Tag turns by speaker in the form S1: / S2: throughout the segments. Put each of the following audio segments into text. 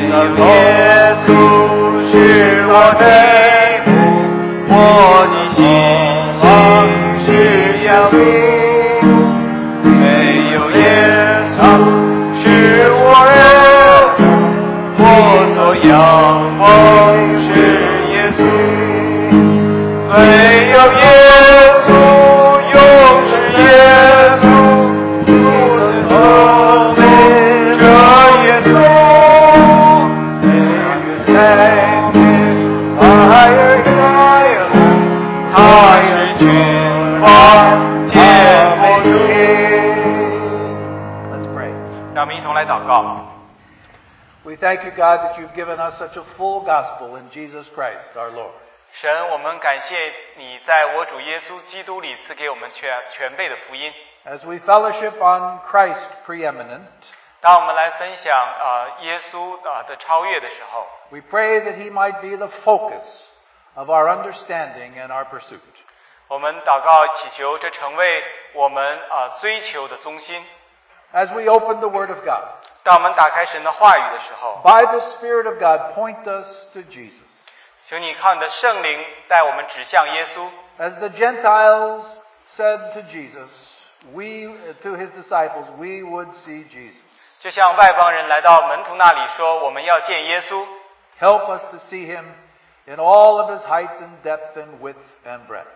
S1: 耶稣是我的父，我的心上是要命。没有耶稣是我的父，我所仰望是耶稣。没有耶稣，永是耶稣。不能透露这耶稣，岁月在变，爱而开朗，他是君王，解放军。
S2: Let's pray.
S1: 让我们一同来祷告。
S2: We thank you, God, that you've given us such a full gospel in Jesus Christ, our Lord.
S1: 神，我们感谢你在我主耶稣基督里赐给我们全全备的福音。
S2: As we fellowship on Christ preeminent,
S1: 当我们来分享啊、呃耶稣啊、呃的超越的时候，
S2: we pray that he might be the focus of our understanding and our pursuit.
S1: 我们祷告祈求这成为我们啊、呃追求的中心。
S2: As we open the Word of God,
S1: 当我们打开神的话语的时候，
S2: by the Spirit of God, point us to Jesus.
S1: 请你靠你的圣灵带我们指向耶稣。
S2: As the Gentiles said to Jesus, we, to his disciples, we would see Jesus.
S1: 就像外邦人来到门徒那里说：“我们要见耶稣，
S2: Help us to see him in all of his height and depth and width and breadth.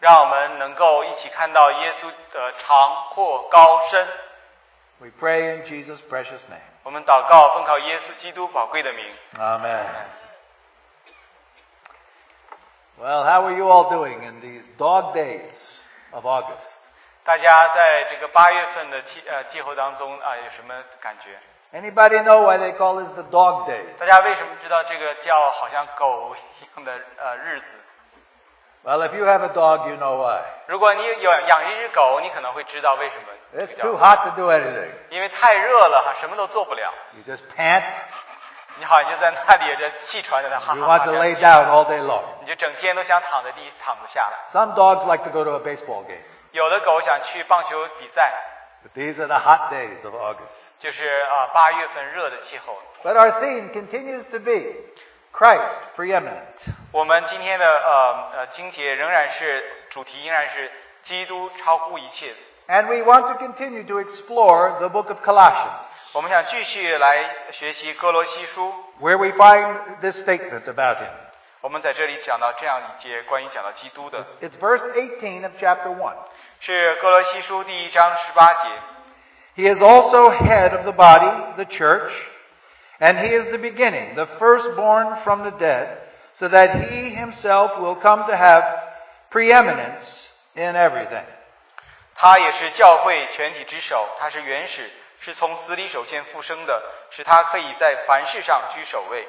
S1: 让我们能够一起看到耶稣的长阔高深。
S2: We pray in Jesus' precious name. ”
S1: 我们祷告，奉靠耶稣基督宝贵的名。
S2: Amen. Well, how are you all doing in these dog days of August?
S1: 大家在这个八月份的气呃气候当中啊、有什么感觉？
S2: Anybody know why they call this the dog day?
S1: 大家为什么知道这个叫好像狗一样的呃日子？
S2: Well, if you have a dog, you know why.
S1: 如果你有养一只狗，你可能会知道为什么哎这
S2: It's
S1: 个叫
S2: too hot to do anything.
S1: 因为太热了哈，什么都做不了。
S2: You just pant.
S1: 你好，你就在那里这气喘着的哈
S2: You
S1: 哈
S2: want
S1: 哈
S2: to
S1: 这样
S2: lay
S1: 气
S2: down all day long.
S1: 你就整天都想躺在地躺不下来。
S2: Some dogs like to go to a baseball game,
S1: 有的狗想去棒球比赛，
S2: but these are the hot days of August.
S1: 就是啊八、月份热的气候。
S2: But our theme continues to be Christ preeminent.
S1: 我们今天的呃呃经节仍然是主题，依然是基督超乎一切。
S2: And we want to continue to explore the book of Colossians,
S1: 我们想继续来学习哥罗西书，
S2: where we find this statement about him.
S1: 我们在这里讲到这样一节关于讲到基督的，
S2: It's verse 18 of chapter 1.
S1: 是哥罗西书第一章十八节。
S2: He is also head of the body, the church, and he is the beginning, the firstborn from the dead, so that he himself will come to have preeminence in everything.
S1: 他也是教会全体之首，他是原始，是从死里首先复生的，使他可以在凡事上居首位。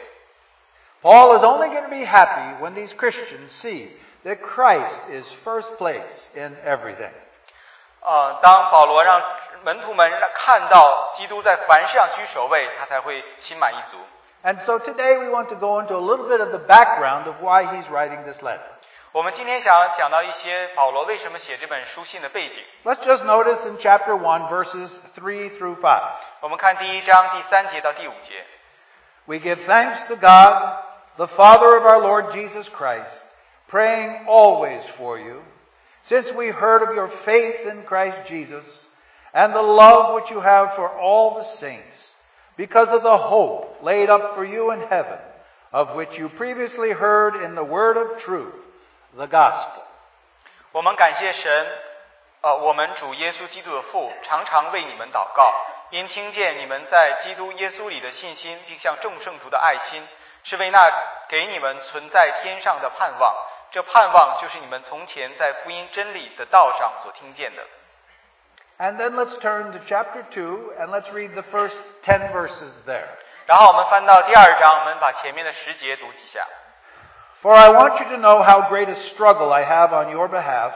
S2: Paul is only going to be happy when these Christians see that Christ is first place in everything.
S1: 呃，当保罗让门徒们让看到基督在凡事上居首位，他才会心满意足。
S2: And so today we want to go into a little bit of the background of why he's writing this letter.
S1: 我们今天想讲到一些保罗为什么写这本书信的背景。
S2: Let's just notice in chapter 1, verses 3 through 5.
S1: 我们看第一章第三节到第五节，
S2: We give thanks to God, the Father of our Lord Jesus Christ, praying always for you, since we heard of your faith in Christ Jesus and the love which you have for all the saints, because of the hope laid up for you in heaven, of which you previously heard in the word of truth, the gospel.
S1: 我们感谢神，呃，我们主耶稣基督的父，常常为你们祷告，因听见你们在基督耶稣里的信心，并向众圣徒的爱心，是为那给你们存在天上的盼望。这盼望就是你们从前在福音真理的道上所听见的。
S2: And then let's turn to chapter 2 and let's read the first 10 verses there.
S1: 然后我们翻到第二章，我们把前面的十节读几下。
S2: For I want you to know how great a struggle I have on your behalf,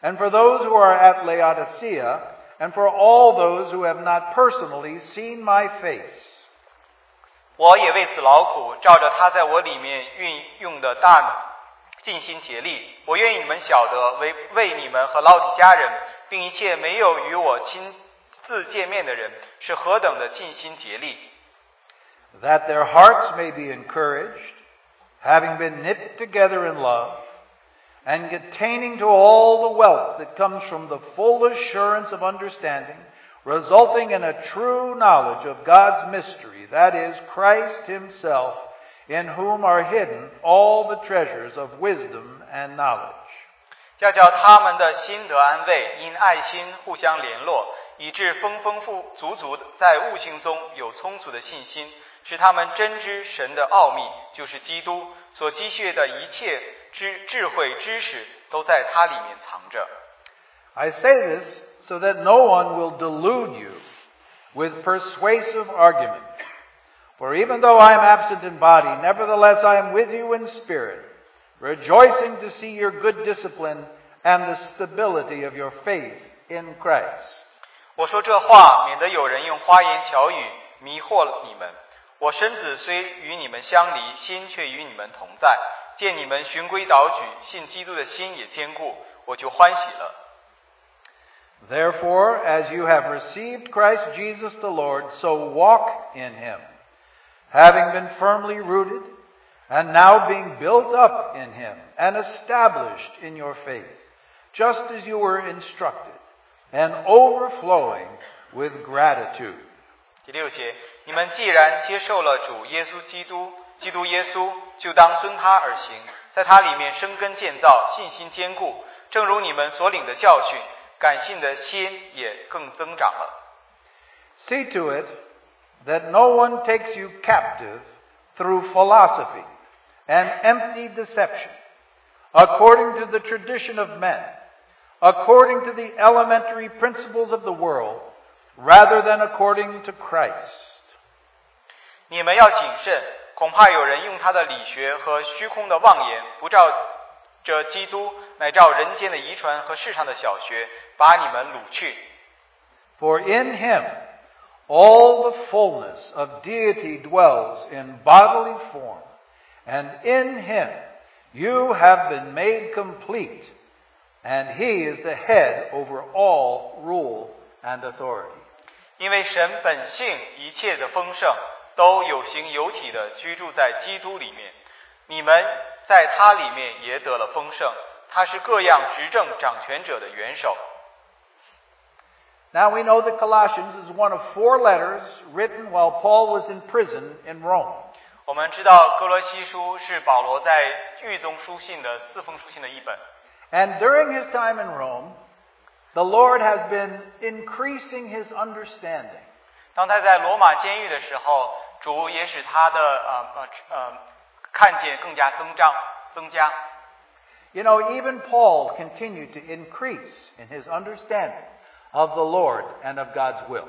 S2: and for those who are at Laodicea, and for all those who have not personally seen my face.
S1: 我也为此劳苦，照着他在我里面运用的大能，尽心竭力。我愿意你们晓得，为为你们和老底家人，并一切没有与我亲自见面的人，是何等的尽心竭力。
S2: that their hearts may be encouraged, having been knit together in love, and attaining to all the wealth that comes from the full assurance of understanding, resulting in a true knowledge of God's mystery, that is, Christ Himself, in whom are hidden all the treasures of wisdom and knowledge.
S1: 要叫他们的心得安慰，因爱心互相联络，以致丰丰富足足地在悟性中有充足的信心，使他们真知神的奥秘，就是基督所积蓄的一切知智慧知识，都在它里面藏着。
S2: I say this so that no one will delude you with persuasive argument. For even though I am absent in body, nevertheless I am with you in spirit, rejoicing to see your good discipline and the stability of your faith in Christ.
S1: 我说这话，免得有人用花言巧语迷惑了你们。我身子虽与你们相离，心却与你们同在。见你们循规蹈矩，信基督的心也坚固，我就欢喜了。
S2: Therefore, as you have received Christ Jesus the Lord, so walk in him, having been firmly rooted, and now being built up in him and established in your faith, just as you were instructed, and overflowing with gratitude.
S1: 第六节，你们既然接受了主耶稣基督，基督耶稣，就当遵他而行，在他里面生根建造，信心坚固，正如你们所领的教训，感性的心也更增长了。
S2: See to it that no one takes you captive through philosophy and empty deception, according to the tradition of men, according to the elementary principles of the world, rather than according to Christ.
S1: 你们要谨慎，恐怕有人用他的理学和虚空的妄言，不照着基督，乃照人间的遗传和世上的小学，把你们掳去。
S2: For in him all the fullness of deity dwells in bodily form, and in him you have been made complete, and he is the head over all rule and authority.
S1: 因为神本性一切的丰盛都有形有体的居住在基督里面，你们在他里面也得了丰盛。他是各样执政掌权者的元首。
S2: Now we know that Colossians is one of four letters written while Paul was in prison in Rome.
S1: 我们知道哥罗西书是保罗在狱中书信的四封书信的一本。
S2: And during his time in Rome, the Lord has been increasing his understanding.
S1: 当他在罗马监狱的时候，主也使他的呃呃呃看见更加增长增加。
S2: You know, even Paul continued to increase in his understanding of the Lord and of God's will.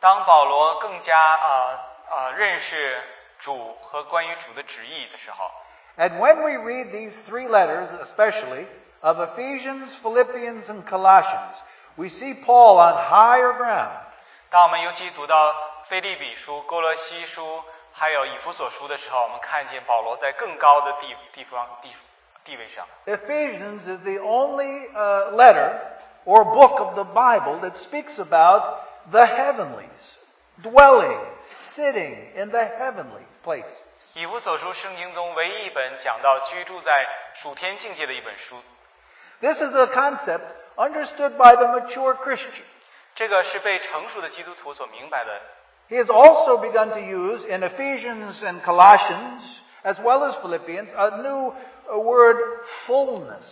S1: 当保罗更加呃呃认识主和关于主的旨意的时候，
S2: And when we read these three letters, especially of Ephesians, Philippians, and Colossians, we see Paul on higher ground.
S1: 当我们尤其读到菲利比书、哥罗西书还有以弗所书的时候，我们看见保罗在更高的地地方地地位上。
S2: Ephesians is the only uh, letter or book of the Bible that speaks about the heavenlies, dwelling, sitting in the heavenly place.
S1: 以弗所书圣经中唯一一本讲到居住在属天境界的一本书，
S2: This is a concept understood by the mature Christian.
S1: 这个是被成熟的基督徒所明白的
S2: He has also begun to use in Ephesians and Colossians, as well as Philippians, a new uh, word, fullness.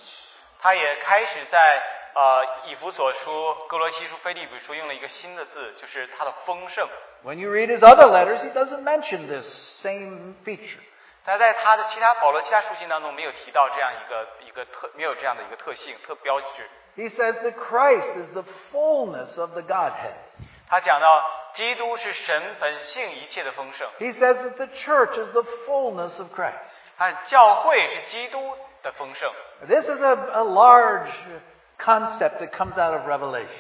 S1: 他也开始在呃以弗所书、哥罗西书、菲利比书用了一个新的字，就是它的丰盛。
S2: When you read his other letters, he doesn't mention this same feature.
S1: 但在他的其他保罗其他书信当中没有提到这样一个一个特没有这样的一个特性特标志。
S2: He says that Christ is the fullness of the Godhead.
S1: 他讲到基督是神本性一切的丰盛，
S2: He says that the church is the fullness of Christ.
S1: 他教会是基督的丰盛，
S2: This is a, a large concept that comes out of Revelation.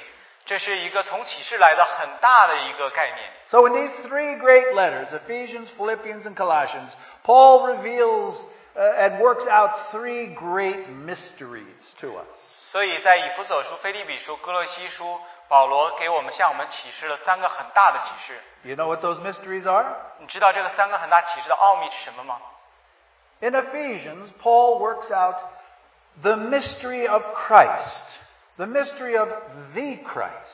S1: 这是一个从启示来的很大的一个概念。
S2: So, in these three great letters Ephesians, Philippians, and Colossians Paul reveals uh, and works out three great mysteries to us.
S1: 所以在以弗所书、菲利比书、哥罗西书，保罗给我们向我们启示了三个很大的启示。
S2: You know what those mysteries are?
S1: 你知道这个三个很大启示的奥秘是什么吗？
S2: In Ephesians, Paul works out the mystery of Christ, the mystery of the Christ.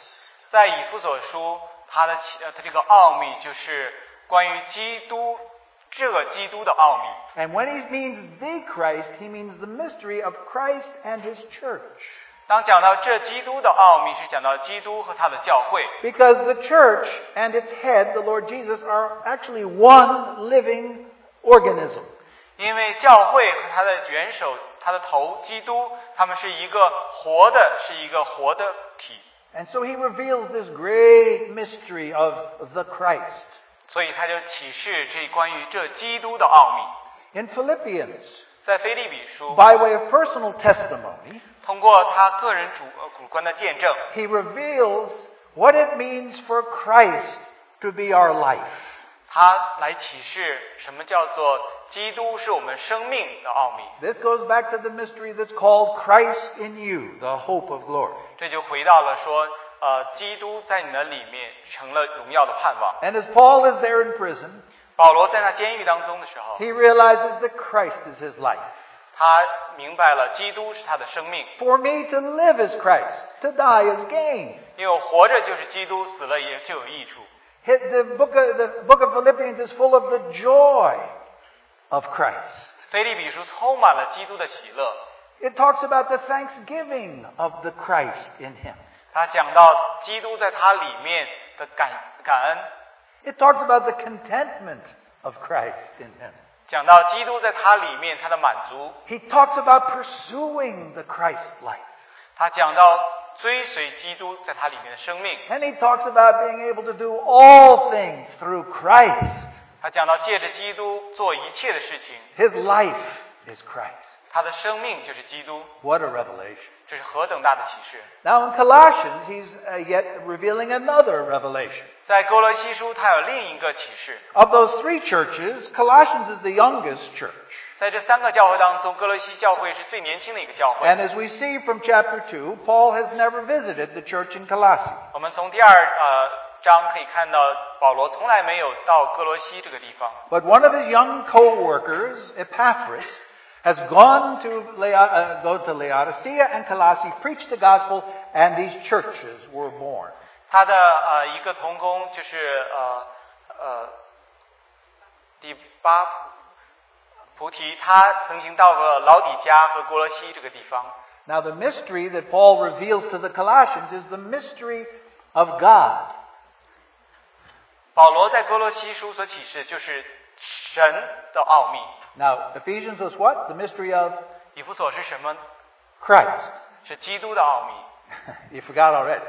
S1: 在以弗所书，它的启呃它这个奥秘就是关于基督这个基督的奥秘。
S2: And when he means the Christ, he means the mystery of Christ and his church.
S1: 当讲到这基督的奥秘，是讲到基督和他的教会，
S2: Because the church and its head, the Lord Jesus, are actually one living organism.
S1: 因为教会和他的元首、他的头基督，他们是一个活的，是一个活的体。
S2: And so he reveals this great mystery of the Christ.
S1: 所以他就启示这关于这基督的奥秘，
S2: In Philippians,
S1: 在腓立比书，
S2: by way of personal testimony,
S1: 通过他个人主呃主观的见证，
S2: he reveals what it means for Christ to be our life.
S1: 他来启示什么叫做基督是我们生命的奥秘。
S2: This goes back to the mystery that's called Christ in you, the hope of glory.
S1: 这就回到了说，呃，基督在你的里面成了荣耀的盼望。
S2: And as Paul is there in prison,
S1: 保罗在那监狱当中的时候，
S2: he realizes that Christ is his life.
S1: 他明白了基督是他的生命，
S2: For me to live is Christ, to die is gain.
S1: 因为活着就是基督，死了也就有益处。
S2: Hit The book, of, the book of Philippians is full of the joy of Christ.
S1: 腓立比书充满了基督的喜乐，
S2: It talks about the thanksgiving of the Christ in him.
S1: 他讲到基督在他里面的感感恩，
S2: It talks about the contentment of Christ in him.
S1: 讲到基督在他里面他的满足，
S2: He talks about pursuing the Christ life.
S1: 他讲到追随基督在他里面的生命，
S2: And he talks about being able to do all things through Christ.
S1: 他讲到借着基督做一切的事情，
S2: His life is Christ.
S1: 他的生命就是基督，
S2: What a revelation.
S1: 这是何等大的启示！
S2: Now in Colossians, he's uh, yet revealing another revelation.
S1: 在哥罗西书，它有另一个启示，
S2: Of those three churches, Colossians is the youngest church.
S1: 在这三个教会当中，哥罗西教会是最年轻的一个教会。
S2: And as we see from chapter 2, Paul has never visited the church in Colossae.
S1: 我们从第二呃章可以看到，保罗从来没有到哥罗西这个地方，
S2: But one of his young co-workers, Epaphras, has gone to Lea- uh, go to Laodicea and Colossae, preached the gospel, and these churches were born.
S1: 他的呃一个童工就是呃呃第八菩提，他曾经到过老底家和哥罗西这个地方。
S2: Now the mystery that Paul reveals to the Colossians is the mystery of God.
S1: 保罗在哥罗西书所启示就是神的奥秘。
S2: Now Ephesians was what? The mystery of
S1: 以弗所是什么？
S2: Christ.
S1: 是基督的奥秘，
S2: you forgot already.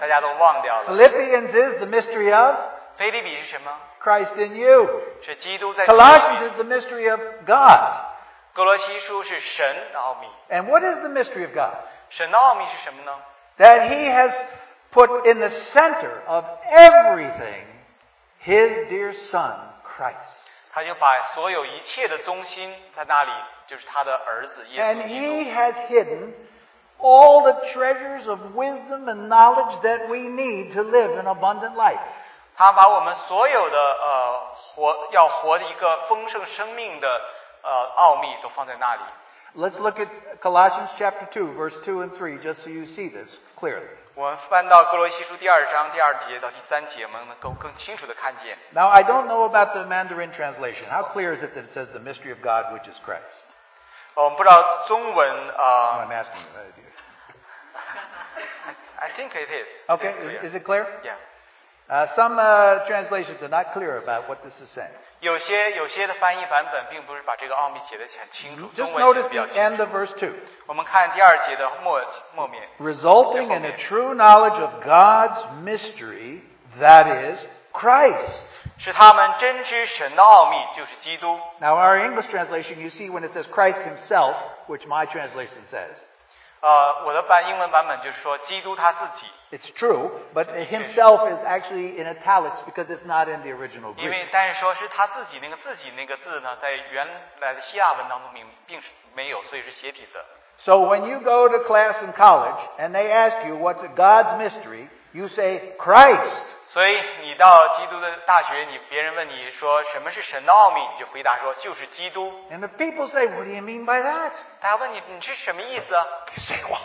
S1: 大家都忘掉了。
S2: Philippians is the mystery of
S1: 菲利比是什么？
S2: Christ in you.
S1: 是基督在。
S2: Colossians is the mystery of God.
S1: 哥罗西书是神的奥秘，
S2: And what is the mystery of God?
S1: 神的奥秘是什么呢？
S2: that he has put in the center of everything his dear son, Christ.
S1: 他就把所有一切的中心在那里，就是他的儿子耶
S2: And
S1: 稣基
S2: he
S1: 督。
S2: has hidden all the treasures of wisdom and knowledge that we need to live an abundant life.
S1: 他把我们所有的呃活要活的一个丰盛生命的呃奥秘都放在那里。
S2: Let's look at Colossians chapter 2, verse 2 and 3, just so you see this clearly.
S1: 我们翻到哥罗西书第二章第二节到第三节，我们能够更清楚的看见。
S2: Now, I don't know about the Mandarin translation. How clear is it that it says the mystery of God, which is Christ?
S1: 呃我们不知道中文
S2: Oh,
S1: 啊、
S2: I'm asking you.
S1: i think it is.
S2: Okay,
S1: It's
S2: is, is
S1: clear.
S2: it clear?
S1: Yeah.
S2: Uh, some uh, translations are not clear about what this is saying.
S1: 有些有些的翻译版本并不是把这个奥秘写得很清楚，
S2: Just
S1: 中文写
S2: notice
S1: 得比较
S2: the
S1: 清
S2: end
S1: 楚。
S2: of verse 2.
S1: 我们看第二节的末末面，
S2: Resulting in a true knowledge of God's mystery, that is, Christ.
S1: 是他们真知神的奥秘，就是基督。
S2: Now, our English translation, you see when it says Christ himself, which my translation says,
S1: 呃，我的版英文版本就是说基督他自己，
S2: it's true, but himself is actually in italics because it's not in the original
S1: 因
S2: Greek.
S1: 为但是说是他自己那个自己那个字呢，在原来的希腊文当中并并是没有，所以是斜体字。
S2: So when you go to class in college and they ask you what's God's mystery, you say Christ.
S1: 所以你到基督的大学，你别人问你说什么是神的奥秘，你就回答说就是基督。
S2: And the people say, What do you mean by that?
S1: 大家问你你是什么意思啊？
S2: You say, Well,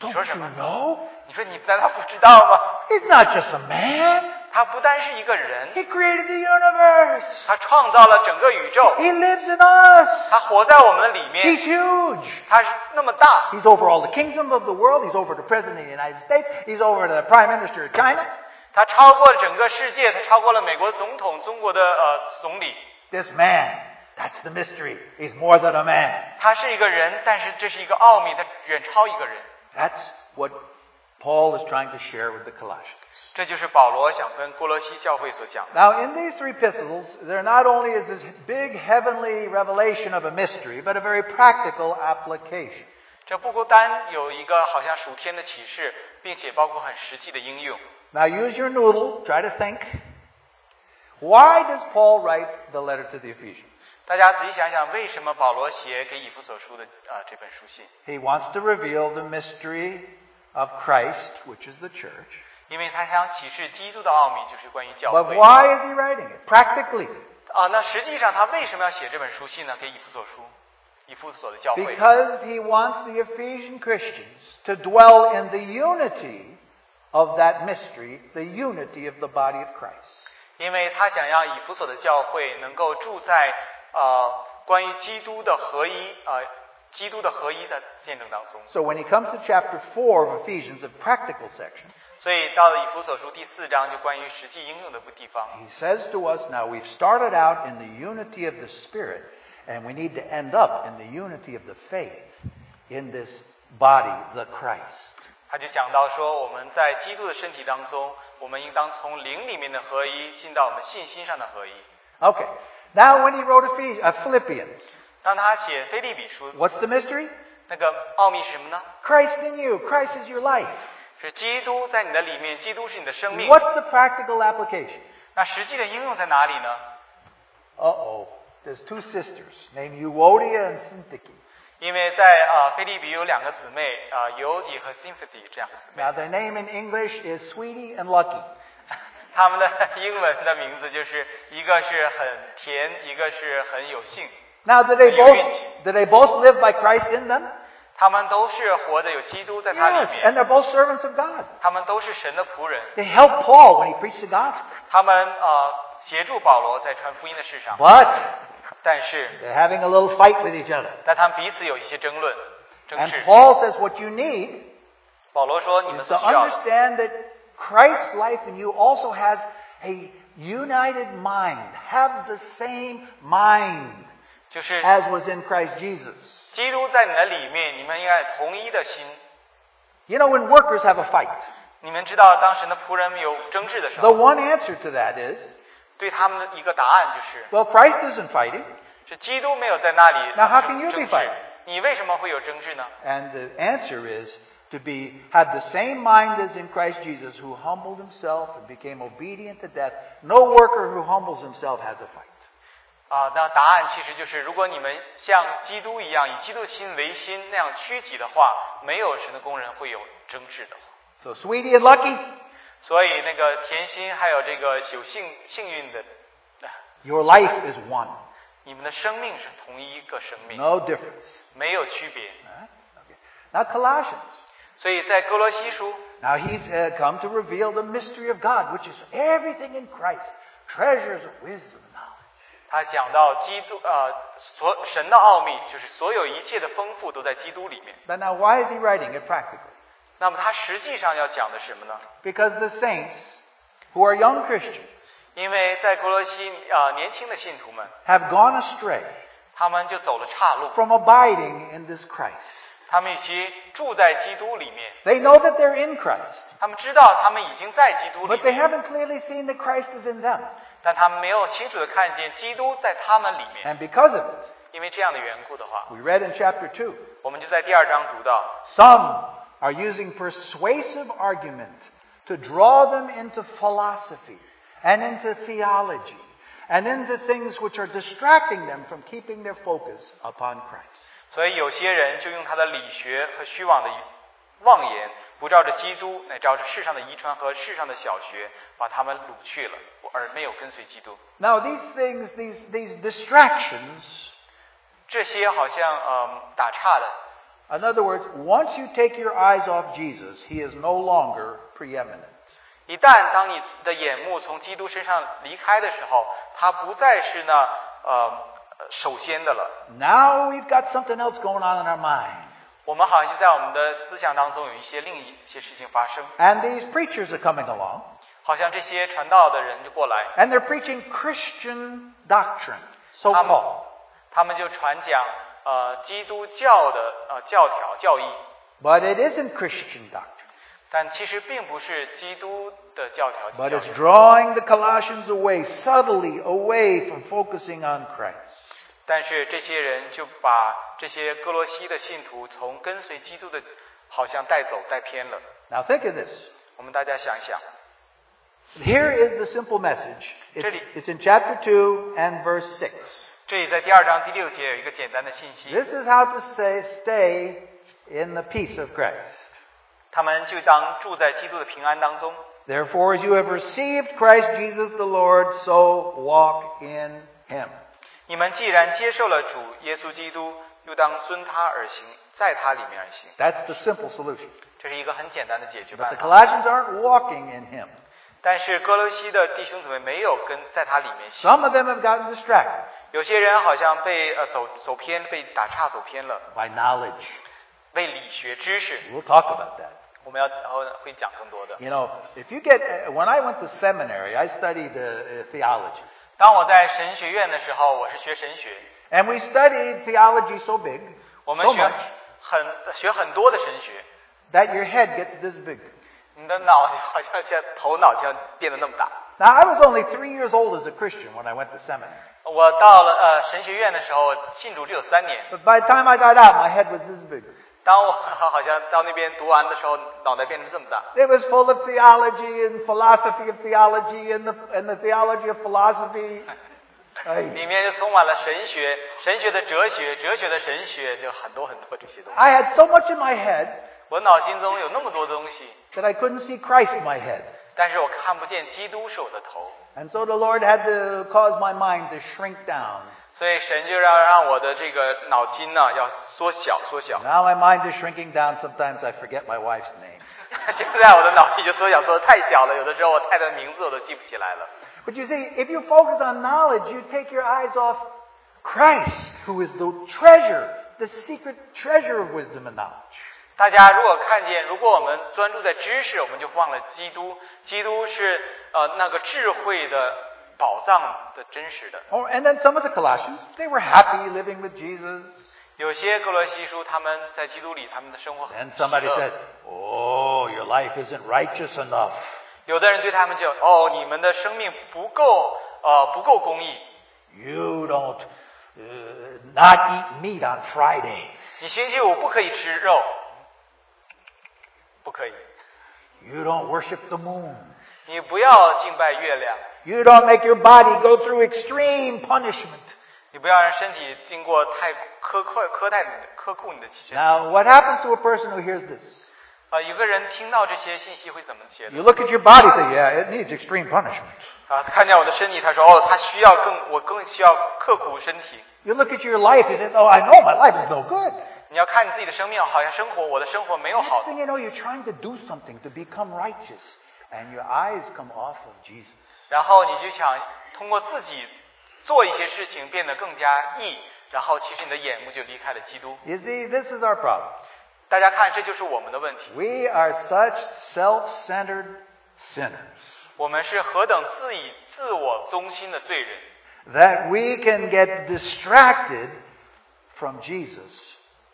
S2: don't
S1: Sure, sure.
S2: you know?
S1: 你说你难道不知道吗？
S2: He's not just a man.
S1: 他不但是一个人，
S2: He created the universe.
S1: 他创造了整个宇宙，
S2: He lives in us.
S1: 他活在我们里
S2: He's
S1: 面，
S2: huge.
S1: 他是那么大，
S2: He's over all the kingdom of the world. He's over the president of the United States. He's over the prime minister of China.
S1: 他超过了整个世界，他超过了美国总统、中国的呃总理。
S2: This man, that's the mystery. He's more than a man.
S1: 他是一个人，但是这是一个奥秘，他远超一个人。
S2: That's what Paul is trying to share with the Colossians.
S1: 这就是保罗想跟哥罗西教会所讲的。
S2: Now, in these three epistles, there not only is this big heavenly revelation of a mystery, but a very practical application.
S1: 这不孤单有一个好像属天的启示，并且包括很实际的应用。
S2: Now, use your noodle, try to think. Why does Paul write the letter to the Ephesians?
S1: 大家仔细想想，为什么保罗写给以弗所书的呃这本书信？
S2: He wants to reveal the mystery of Christ, which is the church.
S1: 因为他想启示基督的奥秘，就是关于教
S2: But
S1: 会。
S2: why is he writing it? Practically.
S1: 啊，那实际上他为什么要写这本书信呢？给以弗所书，以弗所的教会，
S2: Because he wants the Ephesian Christians to dwell in the unity of that mystery, the unity of the body of Christ.
S1: 因为他想让以弗所的教会能够住在呃关于基督的合一呃基督的合一的见证当中。
S2: So when he comes to chapter 4 of Ephesians, a practical section,
S1: 所以到了以弗所书第四章，就关于实际应用的地方。
S2: he says to us, now we've started out in the unity of the Spirit, and we need to end up in the unity of the faith in this body, the Christ.
S1: 他就讲到说，我们在基督的身体当中，我们应当从灵里面的合一进到我们信心上的合一。
S2: Okay. Now, when he wrote Ephes- uh, Philippians,
S1: 当他写菲利比书，
S2: what's the mystery?
S1: 那个奥秘是什么呢？
S2: Christ in you. Christ is your life.
S1: 是基督在你的里面，基督是你的生命。
S2: What's the practical application?
S1: 那实际的应用在哪里呢？
S2: Uh oh. There's two sisters named Euodia and Syntyche.
S1: 因为在呃菲利比有两个姊妹啊，尤底和 Sympathy 这样的姊
S2: Now,
S1: 妹，
S2: their name in English is Sweetie and Lucky.
S1: 她们的英文的名字就是一个是很甜，一个是很有幸。
S2: Now, do they
S1: Your
S2: both
S1: age.
S2: do they both live by Christ in them?
S1: 她们都是活的有基督在她里
S2: Yes,
S1: 面，
S2: and they're both servants of God.
S1: 她们都是神的仆人。
S2: They helped Paul when he preached the gospel,
S1: 他们呃协助保罗在传福音的事上，
S2: but
S1: 但是
S2: they're having a little fight with each other.
S1: 但他们彼此有一些争论争
S2: And
S1: 执。
S2: Paul says, "What you need
S1: 保罗说：“你
S2: is
S1: 们所
S2: to
S1: 需要的
S2: understand that Christ's life in you also has a united mind. Have the same mind
S1: 就是
S2: as was in Christ Jesus.
S1: 基督在你的里面，你们应该有同一的心。
S2: You know, when workers have a fight,
S1: 你们知道，当神的仆人们有争执的时
S2: the
S1: 候，
S2: one answer to that is,
S1: 对他们的一个答案就是
S2: well, Christ isn't fighting.
S1: 是基督没有在那里
S2: Now how can you
S1: 争
S2: be fighting?
S1: 执。你为什么会有争执呢？
S2: And the answer is to be have the same mind as in Christ Jesus who humbled himself and became obedient to death. No worker who humbles himself has a fight.
S1: 啊，那答案其实就是，如果你们像基督一样以基督的心为心那样虚己的话，没有神的工人会有争执的。”
S2: So sweetie and lucky,
S1: 所以那个甜心还有这个有幸幸运的，
S2: your life is one.
S1: 你们的生命是同一个生命，
S2: No difference.
S1: 没有区别。
S2: Alright? Okay. Now Colossians.
S1: 所以在哥罗西书，
S2: Now he's uh, come to reveal the mystery of God, which is everything in Christ, treasures of wisdom and knowledge.
S1: 他讲到基督呃所神的奥秘，就是所有一切的丰富都在基督里面。
S2: But now why is he writing it practically?
S1: 那么他实际上要讲的是什么呢？
S2: Because the saints who are young Christians
S1: 因为在哥罗西呃年轻的信徒们，
S2: have gone astray
S1: 他们就走了岔路，
S2: from abiding in this Christ.
S1: 他们与其住在基督里面，
S2: They know that they're in Christ,
S1: 他们知道他们已经在基督里
S2: but they
S1: 面，
S2: haven't clearly seen that Christ is in them.
S1: 但他们没有清楚的看见基督在他们里面。
S2: And because of it,
S1: 因为这样的缘故的话，
S2: we read in chapter 2,
S1: 我们就在第二章读到，
S2: some are using persuasive argument to draw them into philosophy and into theology and into things which are distracting them from keeping their focus upon Christ.
S1: 所以有些人就用他的理学和虚妄的妄言，不照着基督，乃照着世上的遗传和世上的小学，把他们掳去了，而没有跟随基督。
S2: Now, these things, these, these distractions,
S1: 这些好像嗯打岔的，
S2: in other words, once you take your eyes off Jesus, he is no longer preeminent.
S1: 一旦当你的眼目从基督身上离开的时候，他不再是那呃首先的了。
S2: Now we've got something else going on in our mind.
S1: 我们好像就在我们的思想当中有一些另一些事情发生，
S2: And these preachers are coming along,
S1: 好像这些传道的人就过来，
S2: and they're preaching Christian doctrine, so
S1: 他们
S2: called.
S1: 他们就传讲呃基督教的呃教条教义，
S2: But it isn't Christian doctrine.
S1: 但其实并不是基督的教条。
S2: But
S1: 教
S2: it's
S1: 条
S2: drawing the Colossians away, subtly away from focusing on Christ.
S1: 但是这些人就把这些哥罗西的信徒从跟随基督的，好像带走带偏了。
S2: Now think of this.
S1: 我们大家想一想，
S2: Here is the simple message. It's,
S1: Really?
S2: it's in chapter 2 and verse 6.
S1: 这里在第二章第六节有一个简单的信
S2: This
S1: 息，
S2: is how to say, stay in the peace of Christ.
S1: 他们就当住在基督的平安当中。
S2: Therefore, as you have received Christ Jesus the Lord, so walk in him.
S1: 你们既然接受了主耶稣基督，又当遵他而行，在他里面而行。
S2: That's the simple solution.
S1: 这是一个很简单的解决
S2: But
S1: 办
S2: the
S1: 法。
S2: Colossians aren't walking in him.
S1: 但是哥罗西的弟兄姊妹没有跟在他里面行，
S2: Some of them have gotten distracted
S1: 有些人好像被呃走走偏，被打岔走偏了，
S2: by knowledge.
S1: 被理学知识。
S2: We'll talk about that.
S1: 我们要然后会讲更多的。
S2: You know, if you get, uh, when I went to seminary, I studied uh, uh, theology.
S1: 当我在神学院的时候，我是学神学，
S2: And we studied theology so big,
S1: 我们
S2: so
S1: 学
S2: much,
S1: 很学很多的神学，
S2: that your head gets this big.
S1: 你的脑就好像现在头脑就像变得那么大。
S2: Now, I was only three years old as a Christian when I went to seminary.
S1: 我到了呃神学院的时候，信主只有三年。
S2: But by the time I got out, my head was this big.
S1: 当我好像到那边读完的时候，脑袋变成这么大，
S2: It was full of theology and philosophy of theology and the, and the theology of philosophy. I,
S1: 里面就充满了神学、神学的哲学、哲学的神学，就很多很多这些东西。
S2: I had so much in my head
S1: 我脑筋中有那么多东西，
S2: that I couldn't see Christ in my head.
S1: 但是我看不见基督是我的头，
S2: And so the Lord had to cause my mind to shrink down.
S1: 所以神就要让我的这个脑筋呢要缩小缩小。
S2: Now my mind is shrinking down. Sometimes I forget my wife's name.
S1: 现在我的脑筋就缩小缩的太小了，有的时候我太太的名字我都记不起来了。
S2: But you see, if you focus on knowledge, you take your eyes off Christ, who is the treasure, the secret treasure of wisdom and knowledge.
S1: 大家如果看见，如果我们专注在知识，我们就忘了基督。基督是呃那个智慧的宝藏的真实的。
S2: Oh, and then some of the Colossians, they were happy living with Jesus.
S1: 有些格罗西书他们在基督里，他们的生活很
S2: Then somebody
S1: 喜乐
S2: said, Oh, your life isn't righteous enough.
S1: 有的人对他们就哦，你们的生命不够呃不够公义，
S2: You don't uh, not eat meat on Friday.
S1: 你星期五不可以吃肉，不可以，
S2: You don't worship the moon.
S1: 你不要敬拜月亮，
S2: You don't make your body go through extreme punishment.
S1: 你不要让身体经过太苛刻、苛待你的、苛酷你的身体。
S2: Now, what happens to a person who hears this?
S1: 呃，一个人听到这些信息会怎么觉得
S2: You look at your body and say, yeah, it needs extreme punishment.
S1: 啊？看见我的身体，他说哦，他需要更，我更需要刻苦身体。
S2: You look at your life and say, oh, I know my life is no good.
S1: 你要看你自己的生命，好像生活，我的生活没有好
S2: Next，thing you know, you're trying to do something to become righteous, and your eyes come off of Jesus.
S1: 然后你就想通过自己做一些事情变得更加义，然后其实你的眼目就离开了基督。
S2: You see, this is our problem.
S1: 大家看，这就是我们的问题，
S2: We are such self-centered sinners
S1: 我们是何等自以自我中心的罪人，
S2: that we can get distracted from Jesus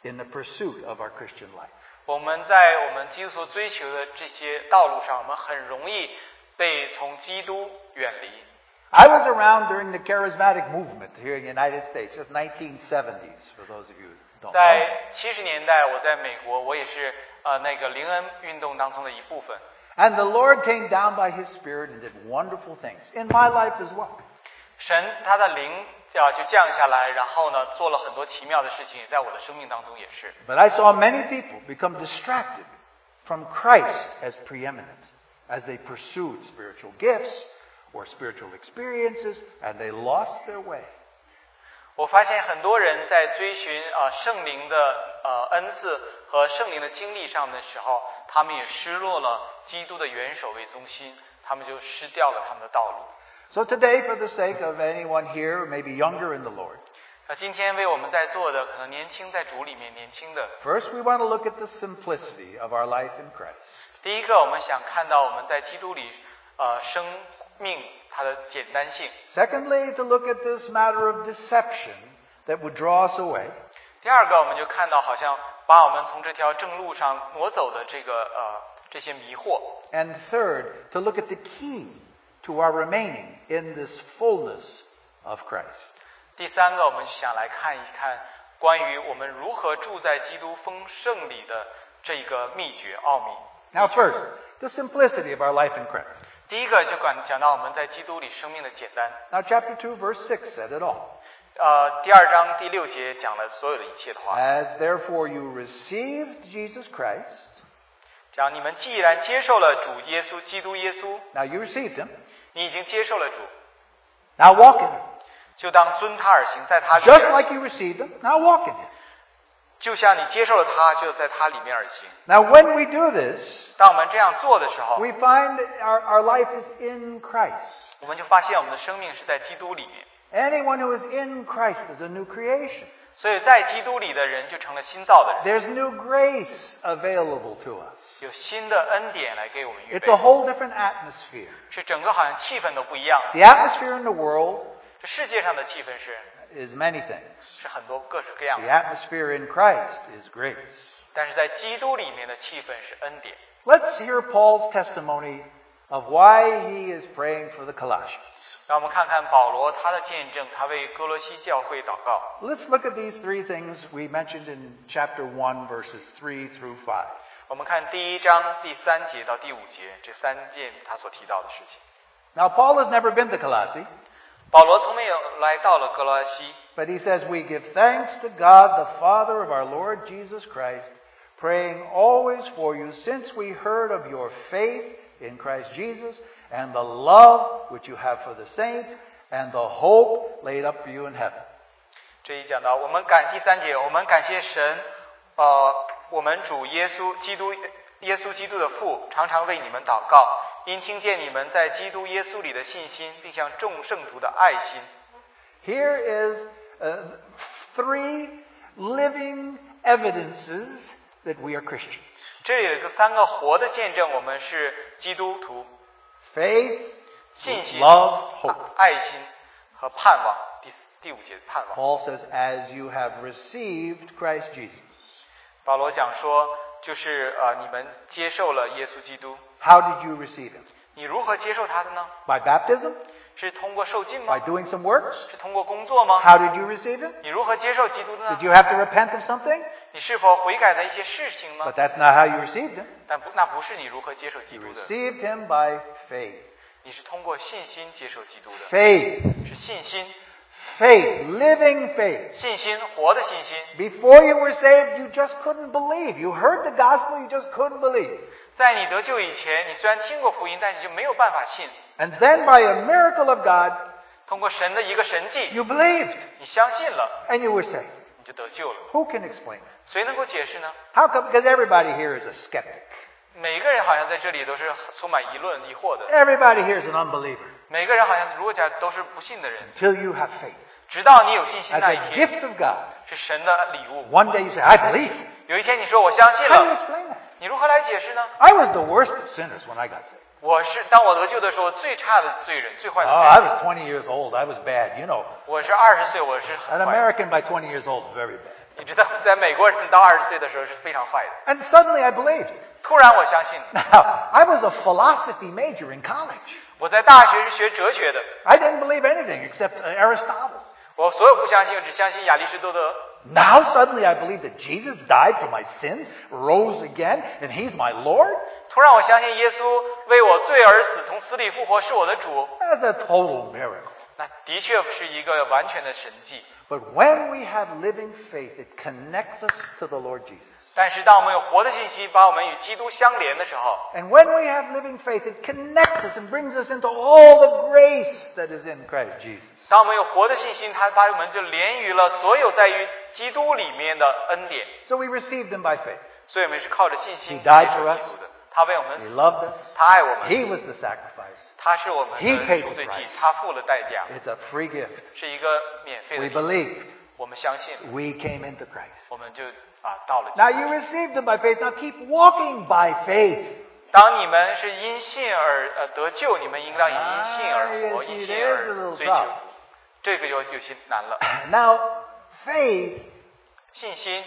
S2: in the pursuit of our Christian life.
S1: 我们在我们基督所追求的这些道路上，我们很容易被从基督远离。
S2: I was around during the charismatic movement here in the United States, the 1970s, for those of you who don't know.
S1: 在七十年代，我在美国，我也是呃那个灵恩运动当中的一部分。
S2: And the Lord came down by His Spirit and did wonderful things in my life as well.
S1: 神他的灵啊就降下来，然后呢做了很多奇妙的事情，也在我的生命当中也是。
S2: But I saw many people become distracted from Christ as preeminent as they pursued spiritual gifts or spiritual experiences and they lost their way.
S1: 我发现很多人在追寻呃圣灵的呃恩赐和圣灵的经历上的时候，他们也失落了基督的元首为中心，他们就失掉了他们的道路。
S2: So today, for the sake of anyone here who may be younger in the Lord,
S1: 那今天为我们在座的可能年轻在主里面年轻的，
S2: first we want to look at the simplicity of our life in Christ.
S1: 第一个我们想看到我们在基督里呃生命它的简单性，
S2: Secondly, to look at this matter of deception that would draw us away.
S1: 第二个我们就看到好像把我们从这条正路上挪走的这个呃这些迷惑，
S2: And third, to look at the key to our remaining in this fullness of Christ.
S1: 第三个，我们想来看一看关于我们如何住在基督丰盛里的这个秘诀奥秘。
S2: Now, first, the simplicity of our life in Christ.
S1: 第一个就讲讲到我们在基督里生命的简单。
S2: Now, chapter 2, verse 6 said it all.
S1: 呃，第二章第六节讲了所有的一切的话，
S2: As therefore you received Jesus Christ,
S1: 讲你们既然接受了主耶稣基督耶稣，
S2: now you received him,
S1: 你已经接受了主，
S2: now walk in him.
S1: 就当遵他而行，在他里
S2: Just
S1: 面，
S2: like you received him, now walk in him.
S1: 就像你接受了他，就在他里面而行。
S2: Now, when we do this,
S1: 当我们这样做的时候，
S2: we find our, our life is in Christ.
S1: 我们就发现我们的生命是在基督里面，
S2: Anyone who is in Christ is a new creation.
S1: 所以在基督里的人就成了新造的人。
S2: There's new grace available to us.
S1: 有新的恩典来给我们预
S2: It's
S1: 备
S2: a，whole different atmosphere.
S1: 是整个好像气氛都不一样。
S2: The atmosphere in the world
S1: 这世界上的气氛是
S2: is many things.
S1: 是很多各式各样
S2: The
S1: 的，
S2: atmosphere in Christ is grace.
S1: 但是在基督里面的气氛是恩典。
S2: Let's hear Paul's testimony of why he is praying for the Colossians.
S1: 让我们看看保罗他的见证，他为哥罗西教会祷告。
S2: Let's look at these three things we mentioned in chapter 1, verses 3 through 5.
S1: 我们看第一章第三节到第五节这三件他所提到的事情。
S2: Now, Paul has never been to Colossae,
S1: 保罗从没有来到了哥罗西，
S2: but he says, We give thanks to God, the Father of our Lord Jesus Christ, praying always for you, since we heard of your faith in Christ Jesus, and the love which you have for the saints, and the hope laid up for you in heaven.
S1: 这一讲到，我们感第三节，我们感谢神，呃，我们主耶稣基督，耶稣基督的父，常常为你们祷告，因听见你们在基督耶稣里的信心，并向众圣徒的爱心。
S2: Here is uh, three living evidences that we are Christians
S1: 这里有这三个活的见证，我们是基督徒，
S2: faith,
S1: 信心、
S2: love, hope.
S1: 爱心和盼望。第四第五节盼望，
S2: Paul says, As you have received Christ Jesus.
S1: 保罗讲说，就是呃，你们接受了耶稣基督，
S2: How did you receive him?
S1: 你如何接受他的呢？
S2: By baptism?
S1: 是通过受浸吗
S2: By？doing some works?
S1: 是通过工作吗？
S2: How did you receive him?
S1: 你如何接受基督的
S2: Did
S1: 呢？
S2: you have to repent of something?
S1: 你是否悔改的一些事情吗
S2: But？that's not how you received him.
S1: 但不，那不是你如何接受基
S2: You
S1: 督的，
S2: received him by faith.
S1: 你是通过信心接受基督的，
S2: Faith.
S1: 是信心，
S2: Faith. Living faith.
S1: 信心，活的信心。
S2: Before you were saved, you just couldn't believe. You heard the gospel, you just couldn't believe.
S1: 在你得救以前，你虽然听过福音，但你就没有办法信。
S2: And then by a miracle of God,
S1: 通过神的一个神迹，
S2: you believed
S1: 你相信了，
S2: and you were saved.
S1: 你就得救了。
S2: Who can explain it?
S1: 谁能够解释呢？
S2: How come? Because everybody here is a skeptic.
S1: 每个人好像在这里都是充满疑论、疑惑的。
S2: Everybody here is an unbeliever
S1: 每个人好像如果讲都是不信的人，
S2: until you have faith.
S1: 直到你有信心
S2: As
S1: 那
S2: a
S1: 一天，
S2: gift of God.
S1: 是神的礼物。
S2: One day you say, I believe.
S1: 有一天你说我相信
S2: How do you
S1: 了，
S2: explain that?
S1: 你如何来解释呢？
S2: I was the worst of sinners when I got saved.
S1: 我是当我得救的时候最差的罪人，最坏
S2: Oh,
S1: 的罪
S2: I
S1: 人。
S2: was 20 years old. I was bad. You know,
S1: 我是二十岁，我是
S2: an
S1: 很坏的。
S2: American by 20 years old is very bad.
S1: 你知道，在美国人到二十岁的时候是非常坏的。
S2: And suddenly I believed.
S1: 突然我相信了，
S2: Now, I was a philosophy major in college.
S1: 我在大学是学哲学的，
S2: I didn't believe anything except uh, Aristotle.
S1: 我所有不相信，我只相信亚里士多德。
S2: Now suddenly I believe that Jesus died for my sins, rose again, and he's my Lord?
S1: 突然我相信耶稣为我罪而死，从死里复活是我的主，
S2: That's a Ah, total miracle.
S1: 那的确是一个完全的神迹。
S2: But when we have living faith, it connects us to the Lord Jesus.
S1: 但是，当我们有活的信息把我们与基督相连的时候，
S2: And when we have living faith, it connects us and brings us into all the grace that is in Christ Jesus.
S1: 当我们有活的信心，它把我们就连于了所有在于基督里面的恩典。
S2: So we received him by faith.
S1: 所以，我们是靠着信心
S2: He died
S1: 接
S2: for
S1: 受
S2: us.
S1: 基督的。他为我们
S2: He
S1: 死，
S2: loved us.
S1: 他爱我啊们
S2: He was the sacrifice.
S1: 他是我们
S2: He paid
S1: 的
S2: the
S1: 赎罪祭
S2: price.，
S1: 他付了代价，
S2: It's a free gift.
S1: 是一个免费的
S2: We
S1: 礼物。
S2: believed.
S1: 我们相信，
S2: We came into Christ.
S1: 我们就啊到了基
S2: Now
S1: 督。
S2: you received him by faith. Now keep walking by faith.
S1: 当你们是因信而呃得救，你们应当以因信而活，
S2: Ah, yes,
S1: 因
S2: it
S1: 信
S2: is a little
S1: 而
S2: tough.
S1: 追求。这个有有些难了。
S2: Now, faith
S1: 信心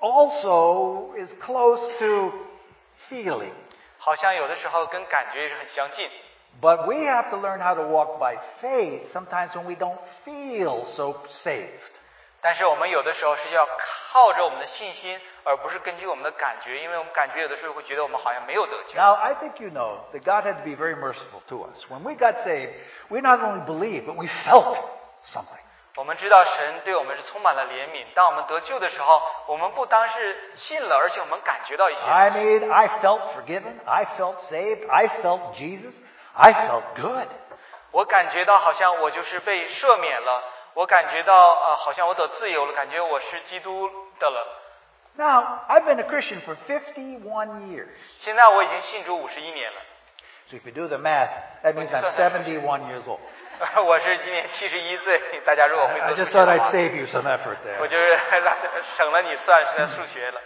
S2: also is close to feeling.
S1: 好像有的时候跟感觉也是很相近，
S2: But we have to learn how to walk by faith sometimes when we don't feel so saved.
S1: 但是我们有的时候是要靠着我们的信心，而不是根据我们的感觉，因为我们感觉有的时候会觉得我们好像没有得救。
S2: Now, I think you know that God had to be very merciful to us. When we got saved, we not only believed, but we felt something.
S1: 我们知道神对我们是充满了怜悯。当我们得救的时候，我们不单是信了，而且我们感觉到一些。
S2: I mean, I felt forgiven. I felt saved. I felt Jesus. I felt good.
S1: 我感觉到好像我就是被赦免了，我感觉到呃，好像我得自由了，感觉我是基督的了。
S2: Now, I've been a Christian for 51 years.
S1: 现在我已经信主五十一年了，
S2: So if you do the math, that means I'm 71 years old.
S1: 我是今年七十一岁。大家如果会
S2: I
S1: 做
S2: just
S1: 数学
S2: thought
S1: 的话
S2: I'd，save you some effort
S1: 我
S2: there.
S1: 就是 省了你算算数学了。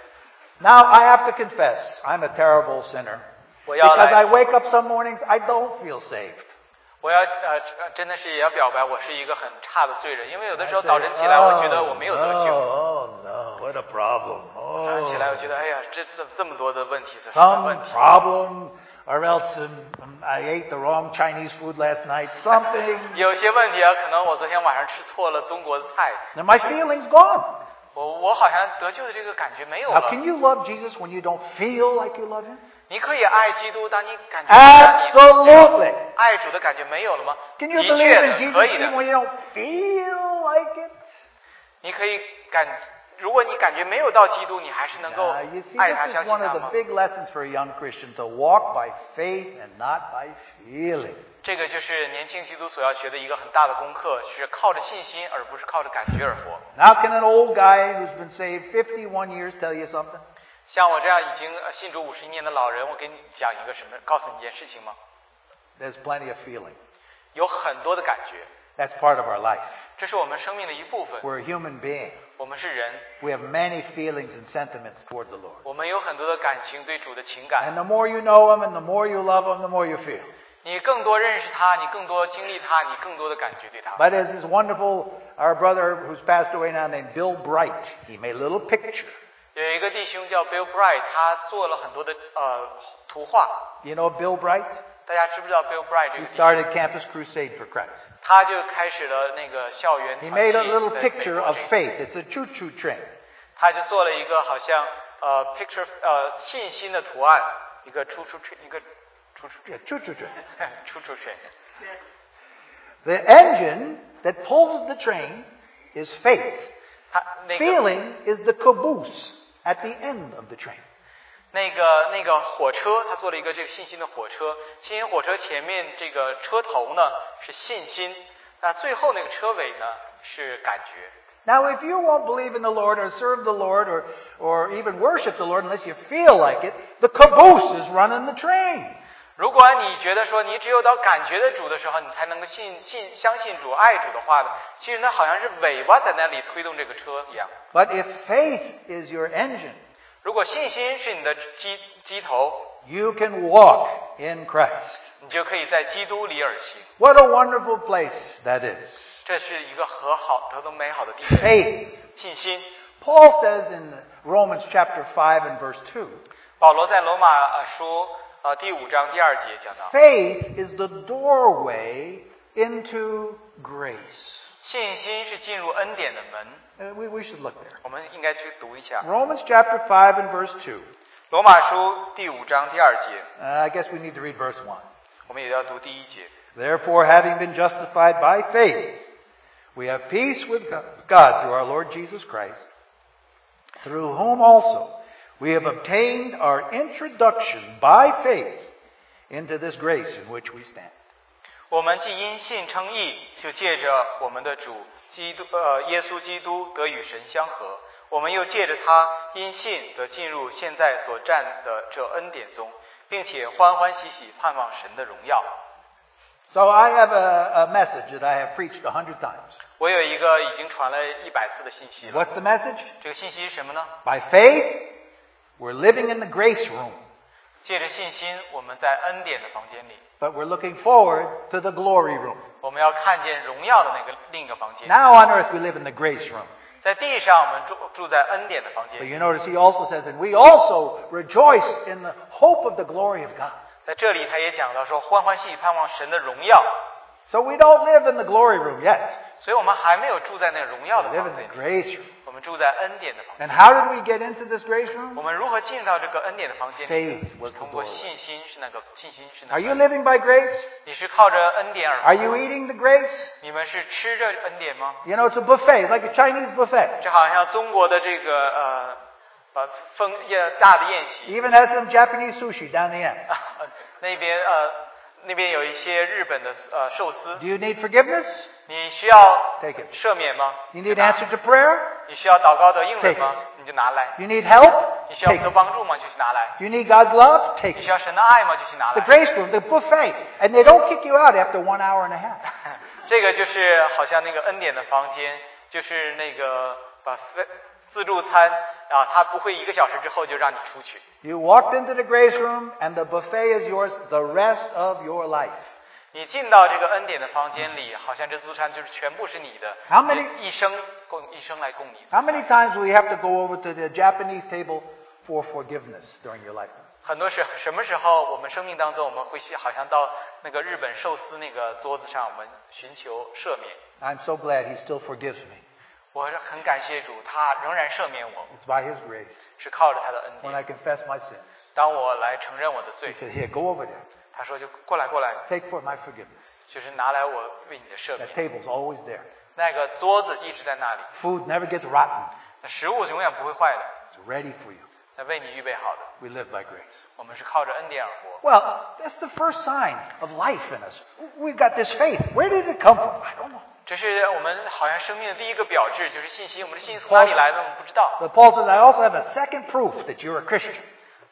S2: Now, I have to confess, I'm a terrible sinner.
S1: Well, y'all,
S2: Because
S1: I-
S2: I wake up some mornings, I don't feel saved.
S1: 我要呃，真的是也要表白，我是一个很差的罪人，因为有
S2: I
S1: 的
S2: say,
S1: 时候
S2: oh,
S1: 早晨起来，我觉得我没有得救。
S2: oh, no, what a problem.
S1: 早上起来，我
S2: Oh,
S1: 觉得哎呀，这这这么多的问题，这什么问
S2: some
S1: 题？
S2: problem, or else um, um, I ate the wrong Chinese food last night, something.
S1: 有些问题啊，可能我昨天晚上吃错了中国的菜，
S2: Now, my feeling's gone.
S1: 我我好像得救的这个感觉没有
S2: Now,
S1: 了。
S2: 啊 can you love Jesus when you don't feel like you love him?
S1: 你可以爱基督，当你感觉当你
S2: Absolutely.
S1: 爱主的感觉没有了吗？
S2: 啊 Can you
S1: 的
S2: believe
S1: 确
S2: in
S1: 的，可
S2: Jesus
S1: 以
S2: even
S1: 的。
S2: when you don't feel like it?
S1: 你可以感，如果你感觉没有到基督，你还是能够
S2: Now, you see,
S1: 爱他、
S2: this
S1: 相
S2: is
S1: 信
S2: one
S1: 他
S2: of
S1: 吗
S2: the？big lessons for a young Christian to walk by faith and not by feeling.
S1: 这个就是年轻基督所要学的一个很大的功课，是靠着信心，而不是靠着感觉而活。
S2: Now, can an old guy who's been saved 51 years tell you something?
S1: 像我这样已经呃信主五十一年的老人，我给你讲一个什么，告诉你一件事情吗？
S2: There's plenty of feeling.
S1: 有很多的感觉，
S2: That's part of our life.
S1: 这是我们生命的一部分。
S2: We're a human being.
S1: 我们是人，
S2: We have many feelings and sentiments toward the Lord.
S1: 我们有很多的感情对主的情感。
S2: And the more you know Him and the more you love Him, the more you feel.
S1: 你更多认识他，你更多经历他，你更多的感觉对他。
S2: But there's this wonderful, our brother who's passed away now named Bill Bright. He made a little picture.
S1: 有一个弟兄叫 Bill Bright，他做了很多的呃图画。
S2: You know Bill Bright?
S1: 大家知不知道 Bill Bright 这
S2: He
S1: 个弟兄？
S2: started Campus Crusade for Christ.
S1: 他就开始了那个校园
S2: He
S1: 团
S2: made
S1: 契
S2: a little
S1: 在美国
S2: picture of
S1: 这个
S2: faith. It's a choo-choo train.
S1: 他就做了一个好像呃 picture 呃信心的图案，一个出出吹，一个出 出
S2: Yeah,
S1: 吹，
S2: choo-choo train.
S1: 出出吹。
S2: The engine that pulls the train is faith.
S1: 他那个
S2: Feeling is the caboose at the end of the train.
S1: 那个那个火车，他做了一个这个信心的火车，信心火车前面这个车头呢是信心，那最后那个车尾呢是感觉。
S2: Now, if you won't believe in the Lord or serve the Lord or, or even worship the Lord unless you feel like it, the caboose is running the train.
S1: 如果你觉得说你只有到感觉的主的时候，你才能够信信相信主、爱主的话呢，其实那好像是尾巴在那里推动这个车一样。
S2: But if faith is your engine,
S1: 如果信心是你的机机头，
S2: you can walk in Christ.
S1: 你就可以在基督里而行。
S2: What a wonderful place that is.
S1: 这是一个和好、得到美好的地方。
S2: Faith.
S1: 信心，
S2: Paul says in Romans chapter 5 and verse 2,
S1: 保罗在罗马呃书呃第五章第二节讲到，
S2: faith is the doorway into grace.
S1: 信心是进入恩典的门。
S2: Uh, we, we should look there.
S1: 我们应该去读一下
S2: Romans chapter 5 and verse 2.
S1: 罗马书第五章第二节，
S2: Uh, I guess we need to read verse 1.
S1: 我们也要读第一节。
S2: Therefore, having been justified by faith, we have peace with Go- God through our Lord Jesus Christ, through whom also we have obtained our introduction by faith into this grace in which we stand.
S1: 我们既因信称义，就借着我们的主基督呃耶稣基督得与神相合。我们又借着他因信得进入现在所站的这恩典中，并且欢欢喜喜盼望神的荣耀。
S2: So I have a, a message that I have preached a hundred times.
S1: 我有一个已经传了一百次的信息了，
S2: What's the message?
S1: 这个信息是什么呢？
S2: By faith, we're living in the grace room,
S1: 借着信心，我们在恩典的房间里，
S2: but we're looking forward to the glory room.
S1: 我们要看见荣耀的那个另一个房间。
S2: Now on earth, we live in the grace room.
S1: 在地上，我们住住在恩典的房
S2: But
S1: 间。
S2: you notice he also says, and we also rejoice in the hope of the glory of God.
S1: 在这里，他也讲到说，欢欢喜喜盼望神的荣耀。
S2: So we don't live in the glory room yet.
S1: 所以我们还没有住在那个荣耀的
S2: We live
S1: 房
S2: in
S1: 间
S2: the
S1: 里，
S2: grace room.
S1: 我们住在恩典的房间。
S2: And how did we get into this grace
S1: 我
S2: room?
S1: 们如何进到这个恩典的房间里
S2: Faith was
S1: 呢？
S2: the
S1: 通过
S2: door.
S1: 信心是那个信心是那
S2: Are
S1: 个
S2: you。living by grace?
S1: 你是靠着恩典而
S2: Are you eating the grace?
S1: 你们是吃着恩典吗？
S2: You know, it's a buffet, it's like a Chinese buffet.
S1: 这好像中国的这个呃呃丰宴大的宴席，
S2: Even has some Japanese sushi down the end.
S1: 那边呃那边有一些日本的呃寿司
S2: Do，you need forgiveness?
S1: 你需要
S2: Take it.
S1: 赦免吗？
S2: You
S1: 对
S2: need
S1: 吧
S2: answer to prayer?
S1: 你需要祷告的应允
S2: Take
S1: 吗？你就拿来。
S2: You need help?
S1: 你需要
S2: Take
S1: 得
S2: it.
S1: 帮助吗？就去拿来。
S2: You need God's love? Take
S1: 你
S2: it.
S1: 需要神的爱吗？就去拿
S2: The
S1: 来。
S2: grace room, the buffet. And they don't kick you out after one hour and a half.
S1: 这个就是好像那个恩典的房间，就是那个把分自助餐啊，他不会一个小时之后就让你出去。
S2: You walked into the grace room, and the buffet is yours the rest of your life.
S1: 你进到这个恩典的房间里，好像这自助餐就是全部是你的
S2: How many-
S1: 一生供一生来供你。
S2: How many times will you have to go over to the Japanese table for forgiveness during your lifetime?
S1: 很多时什么时候我们生命当中，我们会去好像到那个日本寿司那个桌子上，我们寻求赦免。
S2: I'm so glad He still forgives me.
S1: 我很感谢主，他仍然赦免我，
S2: It's by His grace
S1: 是靠着他的恩
S2: when I
S1: 典。
S2: confess my sin.
S1: 当我来承认我的
S2: He
S1: 罪，
S2: said, Here, go over there.
S1: 他说就过来过来，
S2: Take for my forgiveness.
S1: 就是拿来我为你的赦
S2: That
S1: 免。
S2: table's always there.
S1: 那个桌子一直在那里，
S2: Food never gets rotten,
S1: 那食物永远不会坏的，
S2: it's ready for you.
S1: 那为你预备好的。
S2: We live by grace.
S1: 我们是靠着恩典而活，
S2: Well, that's the first sign of life in us. We've got this faith. Where did it come from? I don't know.
S1: 这是我们好像生命的第一个表质，就是信心。我们的信心从哪里来的，我们不知道
S2: But Paul says, I also have a second proof that you're a Christian.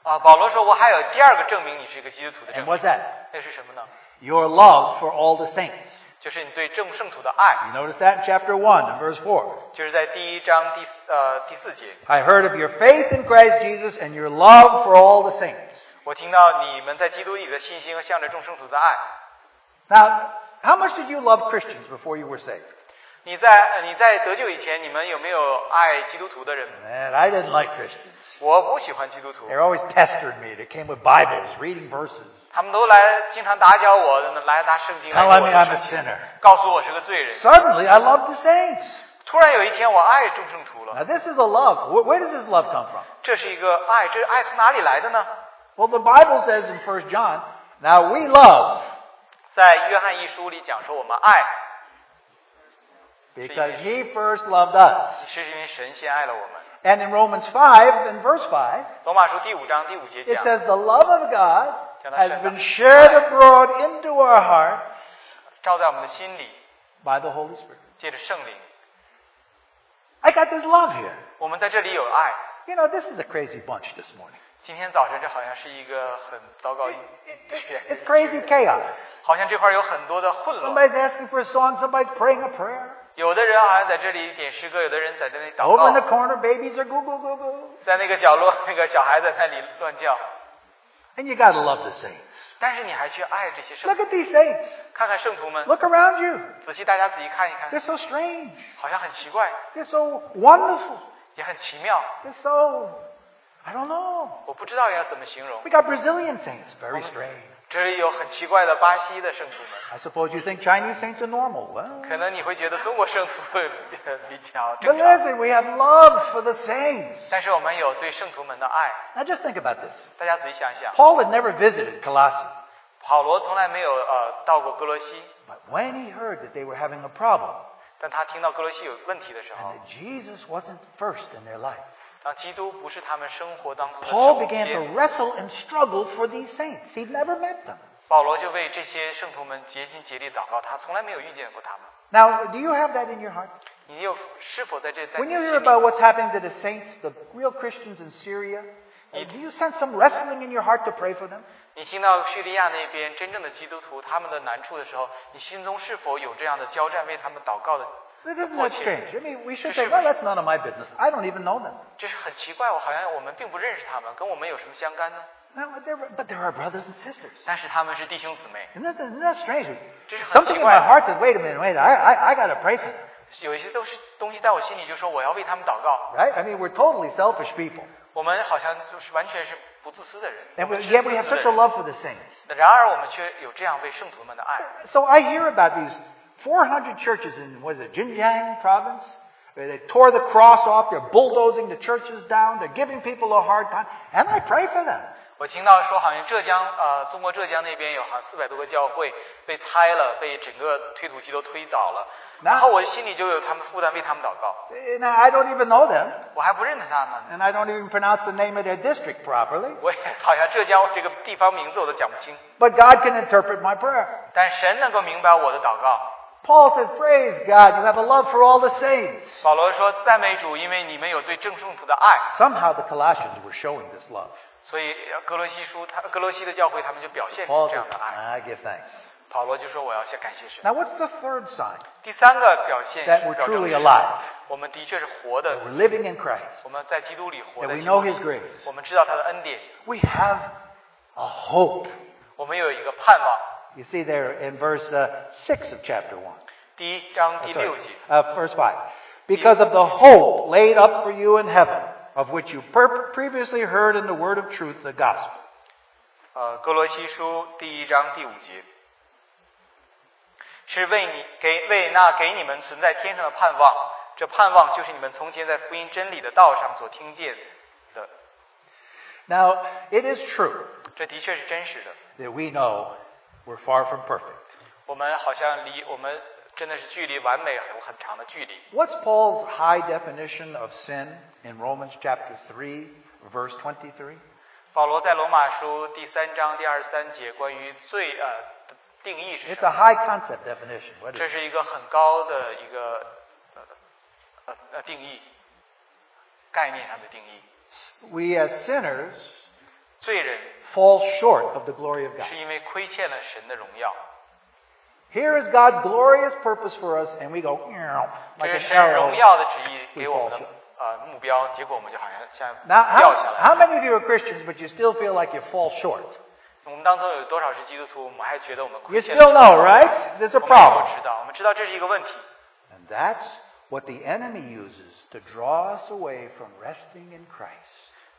S1: 啊。保罗说：“我还有第二个证明你是一个基督徒的证
S2: And
S1: 明，
S2: what's that?
S1: 那是什么呢？
S2: Your love for all the saints.
S1: 就是你对正圣徒的爱。
S2: You notice that in chapter 1 and verse 4.
S1: 就是在第一章第呃第四节，
S2: I heard of your faith in Christ Jesus and your love for all the saints.
S1: 我听到你们在基督里的信心和向着众圣徒的爱。
S2: Now, how much did you love Christians before you were saved?
S1: 你在呃你在得救以前，你们有没有爱基督徒的人？
S2: Man, I didn't like Christians.
S1: 我不喜欢基督徒。”
S2: They always pestered me. They came with Bibles, reading verses.
S1: 他们都来，经常打搅我，来拿圣经来
S2: Tell
S1: 跟
S2: me
S1: 我
S2: I'm
S1: 的
S2: a
S1: 事情，
S2: sinner.
S1: 告诉我是个罪人。
S2: Suddenly, I loved the saints.
S1: 突然有一天，我爱众圣徒
S2: Now,
S1: 了，
S2: this is a love. Where, where does this love come from?
S1: 这是一个爱，这爱从哪里来的呢？
S2: Well, the Bible says in 1 John, now we love
S1: 在约翰一书里讲说，我们爱
S2: because he first loved us.
S1: 是因为神先爱了我们。
S2: And in Romans 5 and verse 5,
S1: 罗马书第五章第五节
S2: it
S1: 讲，
S2: says the love of God
S1: Can I
S2: has
S1: share
S2: been
S1: that?
S2: shared abroad into our hearts
S1: 照在我们的心里，
S2: by the Holy Spirit.
S1: 借着圣灵，
S2: I got this love here.
S1: 我们在这里有爱。
S2: You know, this is a crazy bunch this morning.
S1: 今天早晨这好像是一个很糟糕一，
S2: It's crazy chaos.
S1: 好像这块有很多的混乱。
S2: Somebody's asking for a song, somebody's praying a prayer.
S1: 有的人好像在这里点诗歌，有的人在这里祷
S2: Over in
S1: 告
S2: the，corner, babies are goo goo goo goo.
S1: 在那个角落， 那个小孩在那里乱叫。
S2: And you gotta love the saints.
S1: 但是你还去爱这些圣
S2: Look
S1: 徒，
S2: at these saints.
S1: 看看圣徒们，
S2: Look around you.
S1: 仔细大家仔细看一看，
S2: They're so strange.
S1: 好像很奇怪，
S2: They're so wonderful.
S1: 也很奇妙，
S2: They're so, I don't know.
S1: 我不知道要怎么形容
S2: We。got Brazilian saints, very strange.
S1: 这里有很奇怪的巴西的圣徒们，
S2: I suppose you think Chinese saints are normal. Well,
S1: 可能你会觉得中国圣徒会比较
S2: but
S1: 正常，
S2: listen, we have love for the saints.
S1: 但是我们有对圣徒们的爱。
S2: Now just think about this.
S1: 大家仔细想一想，
S2: Paul had never visited Colossae.
S1: 保罗从来没有呃到过哥罗西，
S2: But when he heard that they were having a problem,
S1: 但他听到哥罗西有问题的时
S2: and
S1: 候，
S2: that Jesus wasn't first in their life,
S1: 当基督不是他们生活当中的
S2: Paul
S1: 首
S2: began to
S1: 先，
S2: wrestle and struggle for these saints. He'd never met them.
S1: 保罗就为这些圣徒们竭心竭力祷告，他从来没有遇见过他们。
S2: Now, do you have that in your heart?
S1: 你有是否在这在
S2: When
S1: 你
S2: you
S1: 的心
S2: hear about
S1: 里？
S2: what's happening to the saints, the real Christians in Syria, do you sense some wrestling in your heart to pray for them?
S1: 你听到叙利亚那边真正的基督徒他们的难处的时候，你心中是否有这样的交战为他们祷告的
S2: This isn't
S1: 迫
S2: that
S1: 切？
S2: strange. I mean, we should say, well, that's none of my business. I don't even know them.
S1: 这是很奇怪，我好像我们并不认识他们，跟我们有什么相干呢？
S2: Well, they're- but they're our brothers and sisters.
S1: 但是他们是弟兄姊妹，
S2: Isn't that, isn't that strange?
S1: Just like
S2: Something in
S1: you
S2: my
S1: are.
S2: heart said, wait a minute, wait, I, I, I got to pray for them,
S1: 有一些都是东西在我心里就说我要为他们祷告。
S2: right? I mean, we're totally selfish people.
S1: 我们好像就是完全是不自私的人，
S2: And
S1: 我
S2: we,
S1: 们是
S2: yet we
S1: 自
S2: have
S1: 私的
S2: such a
S1: 人
S2: love for the saints.
S1: 然而我们却有这样为圣徒们的爱。
S2: So I hear about these 400 churches in, was it Xinjiang province? Where They tore the cross off, they're bulldozing the churches down, they're giving people a hard time, and I pray for them.
S1: 我听到说，好像浙江呃，中国浙江那边有好像四百多个教会被拆了，被整个推土机都推倒了。
S2: 那
S1: 然后我心里就有他们负担，为他们祷告。
S2: And I don't even know them,
S1: 我还不认得他们，
S2: and I don't even pronounce the name of their district properly,
S1: 我也好像浙江这个地方名字我都讲不清。
S2: but God can interpret my prayer.
S1: 但神能够明白我的祷告。
S2: Paul says, Praise God, you have a love for all the saints.
S1: 保罗说：“赞美主，因为你们有对正圣徒的爱。
S2: Somehow the Colossians were showing this love. ”
S1: 所以呃格罗西书，他格罗西的教会他们就表现
S2: Paul
S1: 出
S2: says,
S1: 这样的爱。
S2: I give thanks.
S1: 保罗就说：“我要先感谢神。
S2: Now, what's the third sign?
S1: 第三个表现
S2: That we're
S1: 表征
S2: truly
S1: 是
S2: alive.
S1: 我们的确是活
S2: That
S1: 的，
S2: we're living in Christ.
S1: 我们在基督里活
S2: That
S1: 的
S2: we
S1: 基督
S2: know
S1: 里。
S2: His grace.
S1: 我们知道他的恩典，
S2: We have a hope.
S1: 我们有一个盼望。
S2: You see there in verse uh, 6 of chapter 1.
S1: 第一章
S2: Uh,
S1: 第
S2: sorry,
S1: 六节，
S2: uh, verse 5. Because of the hope laid up for you in heaven, of which you per- previously heard in the word of truth, the gospel.
S1: 呃，哥罗西书第一章第五节，是为你给为那给你们存在天上的盼望，这盼望就是你们从前在福音真理的道上所听见的，
S2: Now, it is true
S1: 这的确是真实的。
S2: that we know we're far from perfect.
S1: 我们好像离我们真的是距离完美有很长的距离。
S2: What's Paul's high definition of sin in Romans chapter 3, verse 23?
S1: 保罗在罗马书第三章第二十三节关于罪呃的定义是
S2: It's
S1: 什么？
S2: a high concept definition. What is
S1: 这
S2: it?
S1: 是一个很高的一个呃呃呃定义概念上的定义。
S2: We as sinners
S1: 罪人
S2: fall short of the glory of God.
S1: 是因为亏欠了神的荣耀，
S2: Here is God's glorious purpose for us, and we go "Meow,"
S1: 这
S2: like
S1: 是
S2: an
S1: 神荣
S2: arrow.
S1: 耀的旨意给我们的呃目标，结果我们就好像像
S2: Now,
S1: 掉下来。
S2: how, how many of you are Christians, but you still feel like you fall short?
S1: 我们当中有多少是基督徒？我们还觉得我们
S2: You
S1: 亏欠了
S2: still know, right? There's
S1: 我们都
S2: a problem.
S1: 知道，我们知道这是一个问题。
S2: And that's what the enemy uses to draw us away from resting in Christ.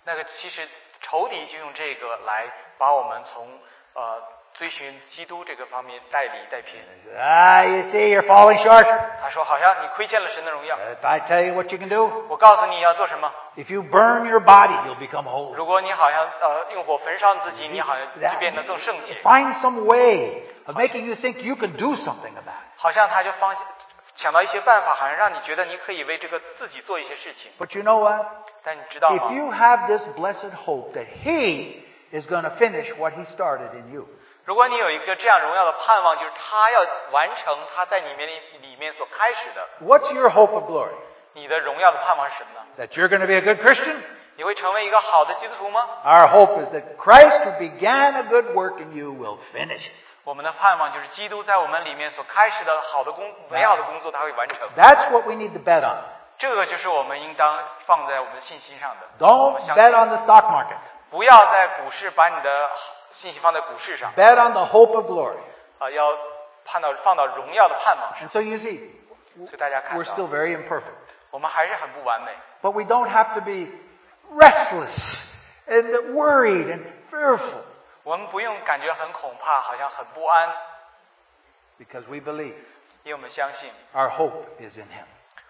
S1: 那个其实仇敌就用这个来把我们从呃追寻基督这个方面带离带偏。
S2: Ah, you see, you're falling short.
S1: 他说好像你亏欠了神的荣耀。
S2: If I tell you what you can do,
S1: 我告诉你要做什么。
S2: if you burn your body, you'll become holy.
S1: 如果你好像呃用火焚烧你自己，你好像就变得更圣洁，
S2: Find some way of making you think you can do something about it.
S1: 好像他就方想到一些办法，好像让你觉得你可以为这个自己做一些事情。
S2: But you know what?
S1: 但你知道
S2: If
S1: 吗？
S2: you have this blessed hope that He is going to finish what He started in you,
S1: 如果你有一个这样荣耀的盼望，就是他要完成他在里面里里面所开始的，
S2: what's your hope of glory?
S1: 你的荣耀的盼望是什么呢？
S2: That you're going to be a good Christian?
S1: 你会成为一个好的基督徒吗？
S2: Our hope is that Christ, who began a good work in you, will finish it.
S1: 我们的盼望就是基督在我们里面所开始的好的工美好的工作，他会完成。
S2: That's what we need to bet on.
S1: 这个就是我们应当放在我们信心上的。我
S2: Don't
S1: 们相信
S2: bet on the stock market.
S1: 不要在股市把你的信息放在股市上，
S2: Bet on the hope of glory.
S1: 啊、要盼到放到荣耀的盼望上。
S2: And so you see,
S1: 所以大家看
S2: we're
S1: 到
S2: still，very imperfect.
S1: 我们还是很不完美，
S2: But we don't have to be restless and worried and fearful
S1: 我们不用感觉很恐怕，好像很不安，
S2: because we believe
S1: 因为我们相信
S2: our hope is in Him.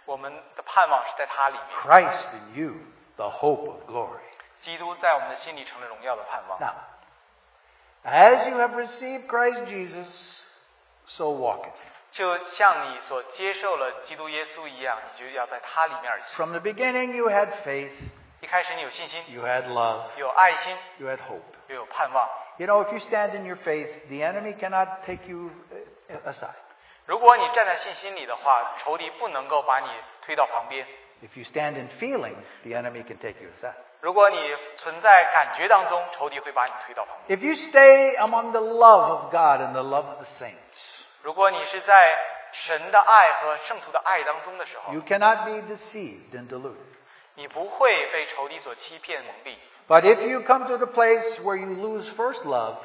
S1: 我们的盼望是在他里面。
S2: Christ in you, the hope of glory.
S1: 基督在我们的心里成了荣耀的盼望。
S2: Now, As you have received Christ Jesus, so walk it.
S1: 就像你所接受了基督耶稣一样，你就要在他里面行。
S2: From the beginning, you had faith,
S1: 一开始你有信心，
S2: you had love,
S1: 有爱心，
S2: you had hope.
S1: 又有盼望。
S2: You know, if you stand in your faith, the enemy cannot take you uh, aside.
S1: 如果你站在信心里的话，仇敌不能够把你推到旁边。
S2: If you stand in feeling, the enemy can take you aside.
S1: 如果你存在感觉当中，仇敌会把你推到旁边。
S2: If you stay among the love of God and the love of the saints,
S1: 如果你是在神的爱和圣徒的爱当中的时候，
S2: you cannot be deceived and deluded.
S1: 你不会被仇敌所欺骗蒙蔽。
S2: But if you come to the place where you lose first love,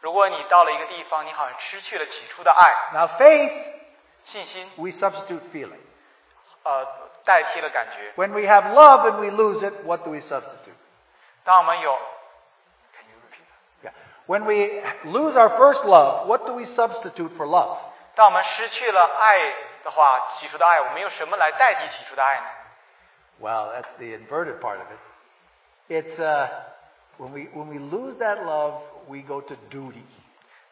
S1: 如果你到了一个地方，你好像失去了起初的爱、
S2: now faith,
S1: 信心，
S2: we substitute feeling.
S1: 呃，代替了感觉。
S2: When we have love and we lose it, what do we substitute?
S1: 当我们有
S2: Yeah. When we lose our first love, what do we substitute for love?
S1: 当我们失去了爱的话，起初的爱，我们用什么来代替起初的爱呢？
S2: Well, that's the inverted part of it. It's uh, when, we, when we lose that love, we go to duty.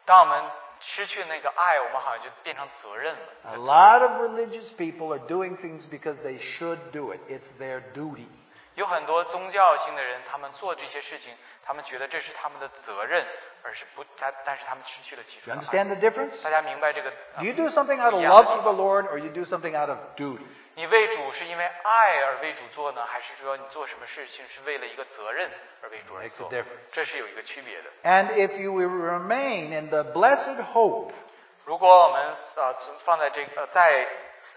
S1: 当我们失去那个爱，我们好像就变成责任了。
S2: A lot of religious people are doing things because they should do it. It's their duty.
S1: 有很多宗教性的人，他们做这些事情，他们觉得这是他们的责任，而是不，但但是他们失去了起初
S2: You
S1: 的爱。
S2: understand the difference?
S1: 大家明白这个？呃
S2: You do something out of love for the Lord or you do something out of duty.
S1: 你为主是因为爱而为主做呢，还是说你做什么事情是为了一个责任而为主而
S2: Makes a
S1: 做
S2: difference.？
S1: 这是有一个区别的。
S2: And if you will remain in the blessed hope,
S1: 如果我们呃存放在这个、呃、在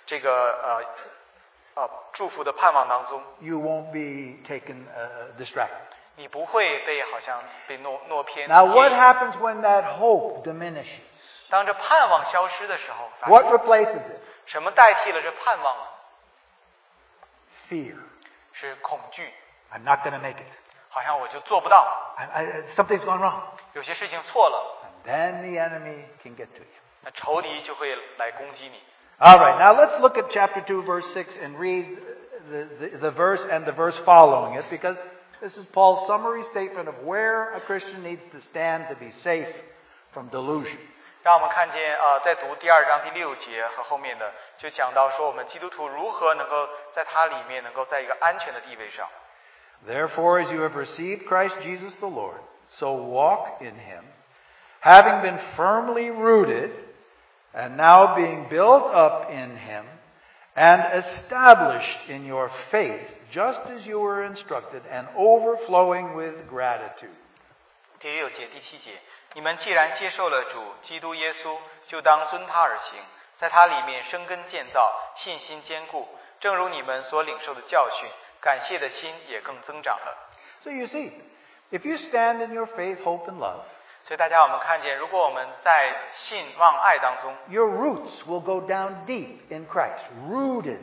S1: 这个呃呃祝福的盼望当中，
S2: you won't be taken uh, distracted.
S1: 你不会被好像被诺诺偏。
S2: Now, what happens when that hope diminishes?
S1: 当这盼望消失的时候
S2: What replaces it?
S1: 什么代替了这盼望啊？
S2: Fear.
S1: 是恐惧，
S2: I'm not going to make it.
S1: 好像我就做不到，
S2: I, I, something's gone wrong.
S1: 有些事情错了，
S2: And then the enemy can get to you.
S1: 那仇敌就会来攻击你。
S2: All right, now let's look at chapter 2, verse 6, and read the, the, the verse and the verse following it, because this is Paul's summary statement of where a Christian needs to stand to be safe from delusion.
S1: 让我们看见啊、呃在读第二章第六节和后面的，就讲到说我们基督徒如何能够在它里面能够在一个安全的地位上。
S2: Therefore, as you have received Christ Jesus the Lord, so walk in him, having been firmly rooted, and now being built up in him, and established in your faith, just as you were instructed, and overflowing with gratitude.
S1: 第六节、第七节，你们既然接受了主基督耶稣，就当遵他而行，在他里面生根建造，信心坚固，正如你们所领受的教训，感谢的心也更增长了。
S2: So you see, if you stand in your faith, hope, and love,
S1: 所以大家我们看见，如果我们在信望爱当中，
S2: your roots will go down deep in Christ, rooted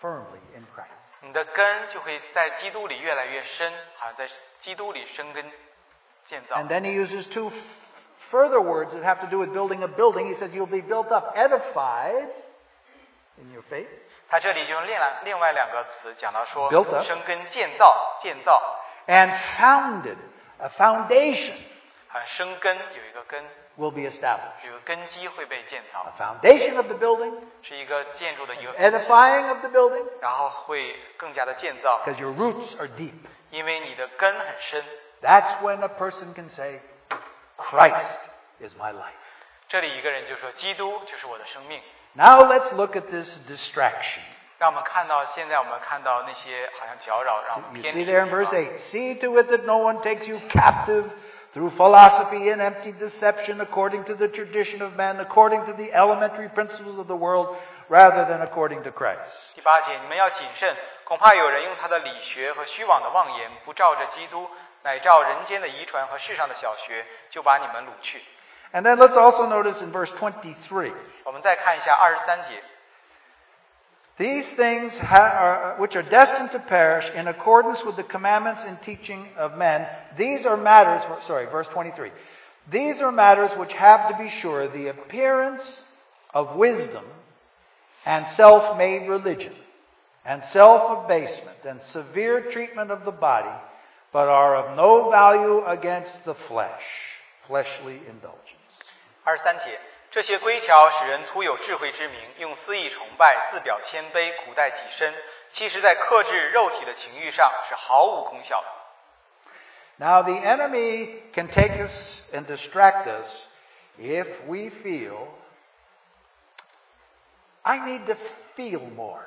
S2: firmly in Christ.
S1: 你的根就会在基督里越来越深，好像在基督里生根建造
S2: And。then he uses two f- further words that have to do with building a building. He says, You'll be built up, edified in your faith.
S1: 他这里就用另外另外两个词讲到说
S2: Built up
S1: 生根建造，建造，
S2: And founded, a foundation
S1: 好像啊生根有一个根，
S2: will be established.
S1: 有个根基会被建造
S2: A。foundation of the building,
S1: 是一个建筑的一个，
S2: edifying of the building,
S1: 然后会更加的建造，
S2: because your roots are deep.
S1: 因为你的根很深。
S2: That's when a person can say, Christ is my life.
S1: 这里一个人就说：“基督就是我的生命。
S2: Now let's look at this distraction. ”
S1: 让我们看到现在我们看到那些好像搅扰，让我们
S2: You
S1: 偏
S2: see
S1: 离
S2: there in
S1: 的
S2: verse
S1: 地方
S2: 8 See to it that no one takes you captive through philosophy and empty deception, according to the tradition of man, according to the elementary principles of the world, rather than according to Christ.
S1: 第八节，你们要谨慎，恐怕有人用他的理学和虚妄的妄言，不照着基督，乃照人间的遗传和世上的小学，就把你们掳去。
S2: And then let's also notice in verse 23
S1: 我们再看一下二十三节，
S2: These things ha- are, which are destined to perish in accordance with the commandments and teaching of men, these are matters, sorry, verse 23. These are matters which have to be sure the appearance of wisdom and self made religion and self abasement and severe treatment of the body, but are of no value against the flesh. fleshly indulgence.
S1: 二十三节，这些规条使人徒有智慧之名，用私意崇拜，自表谦卑，苦待己身。其实，在克制肉体的情欲上是毫无功效的。
S2: Now, the enemy can take us and distract us if we feel, I need to feel more.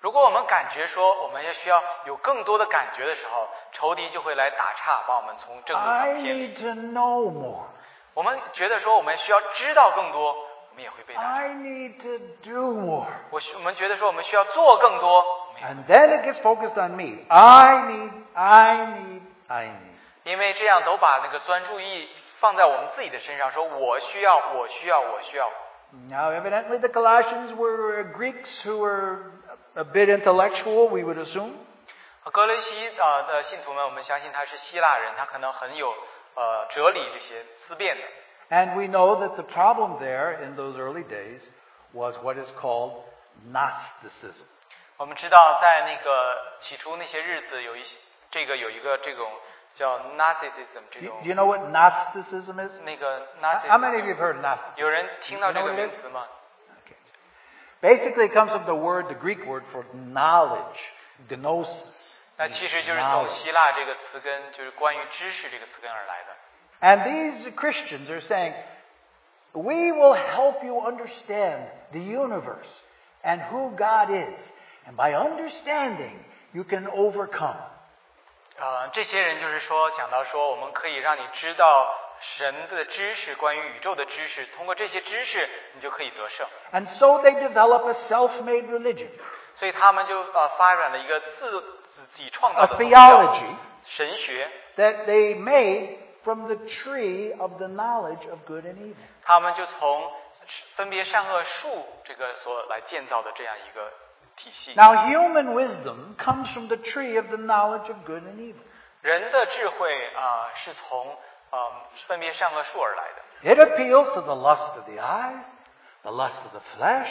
S1: 如果我们感觉说我们也需要有更多的感觉的时候，仇敌就会来打岔，把我们从正路上
S2: I
S1: 偏离。
S2: need to know more.
S1: 我们觉得说我们需要知道更多，我们也会被打岔。
S2: I need to do more.
S1: 我需我们觉得说我们需要做更多，我们也
S2: And then it gets focused on me. I need, I need, I need.
S1: 因为这样都把那个专注意放在我们自己的身上，说我需要，我需要，我需要。
S2: Now, evidently, the Colossians were uh, Greeks who were a bit intellectual, we would assume.
S1: 格雷西啊的信徒们，我们相信他是希腊人，他可能很有呃哲理这些思辨的。
S2: And we know that the problem there in those early days was what is called Gnosticism.
S1: 我们知道，在那个起初那些日子，有一些这个有一个这种叫 narcissism 这
S2: Do you,
S1: 种
S2: do you know what Gnosticism is?
S1: 那个
S2: How many of you
S1: narcissism。
S2: have heard of Gnosticism?
S1: 有人听到这个名词吗？
S2: Okay. Basically, it comes from the word, the Greek word for knowledge, gnosis.
S1: 那其实就是从
S2: knowledge.
S1: 希腊这个词根，就是关于知识这个词根而来的。
S2: And these Christians are saying, we will help you understand the universe and who God is. And by understanding, you can overcome.
S1: 呃，这些人就是说，讲到说，我们可以让你知道神的知识，关于宇宙的知识，通过这些知识，你就可以得胜。
S2: And so they develop a self made religion,
S1: 所以他们就呃发展了一个自自己创造
S2: a
S1: 的宗教
S2: theology
S1: 神学，
S2: that they made from the tree of the knowledge of good and evil.
S1: 他们就从分别善恶树这个所来建造的这样一个体系。
S2: Now, human wisdom comes from the tree of the knowledge of good and evil.
S1: 人的智慧啊、呃是从呃分别善恶树而来的，
S2: It appeals to the lust of the eyes, the lust of the flesh,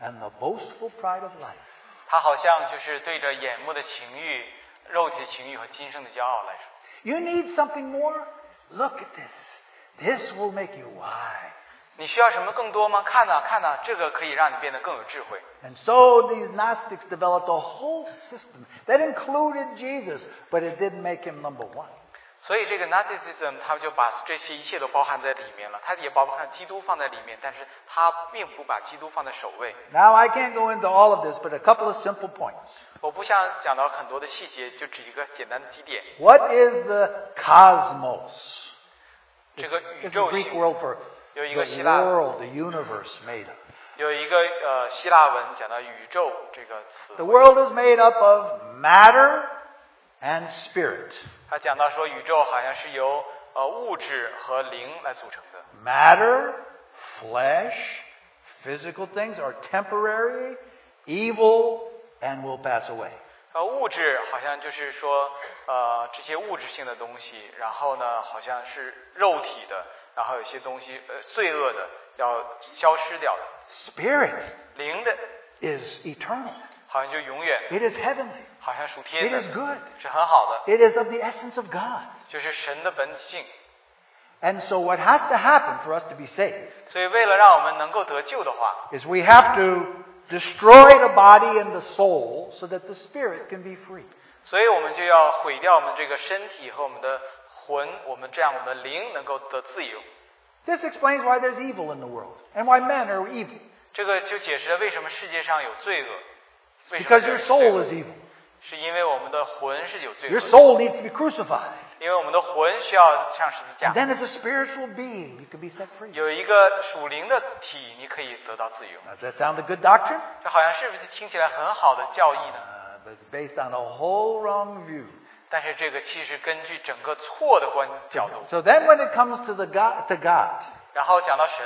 S2: and the boastful pride of life.
S1: 它好像就是对着眼目的情欲、肉体的情欲和今生的骄傲来说。
S2: You need something more? Look at this. This will make you wise.
S1: 你需要什么更多吗？看呐、看呐、啊这个可以让你变得更有智慧。
S2: And so these Gnostics developed a whole system that included Jesus, but it didn't make him number one.
S1: 所以这个 narcissism，他们就把这些一切都包含在里面了，他也包含基督放在里面，但是他并不把基督放在首位。
S2: Now, I can't go into all of this, but a couple of simple points.
S1: 我不想讲到很多的细节，就只一个简单的几点。
S2: What is the cosmos?
S1: 这个宇
S2: It's a
S1: 宙
S2: Greek
S1: 性
S2: word for
S1: 有一
S2: the
S1: 个希腊
S2: world, the universe made of.
S1: 有一个呃希腊文讲到宇宙这个
S2: The
S1: 词，
S2: world is made up of matter and spirit.
S1: 他讲到说宇宙好像是由呃物质和灵来组成的。
S2: Matter, flesh, physical things are temporary, evil, and will pass away.
S1: 呃，物质好像就是说，呃，这些物质性的东西，然后呢，好像是肉体的，然后有些东西，呃，罪恶的要消失掉的，
S2: Spirit
S1: 灵的
S2: is eternal.
S1: 好像就永远，
S2: It is heavenly.
S1: 好像属天
S2: It
S1: 的
S2: is good.
S1: 是很好的，
S2: It is of the essence of God.
S1: 就是神的本性。
S2: And so what has to happen for us to be saved
S1: 所以，为了让我们能够得救的话，
S2: is we have to destroy the body and the soul so that the spirit can be free.
S1: 所以我们就要毁掉我们这个身体和我们的魂，我们这样我们的灵能够得自由。
S2: This explains why there's evil in the world and why men are evil.
S1: 这个就解释了为什么世界上有罪恶，为什么
S2: Because
S1: 人
S2: your
S1: 是罪
S2: soul
S1: 恶
S2: is evil.
S1: 是因为我们的魂是有罪恶
S2: Your
S1: 的。
S2: soul needs to be crucified.
S1: 因为我们的魂需要上十字架
S2: And，then, as a spiritual being, you can be set free.
S1: 有一个属灵的体，你可以得到自由。
S2: Does that sound a good doctrine?
S1: 这好像是不是听起来很好的教义
S2: Uh,
S1: 呢？
S2: but it's based on a whole wrong view.
S1: 但是这个其实根据整个错的观角度，
S2: So then, when it comes to the God, to God,
S1: 然后讲到神，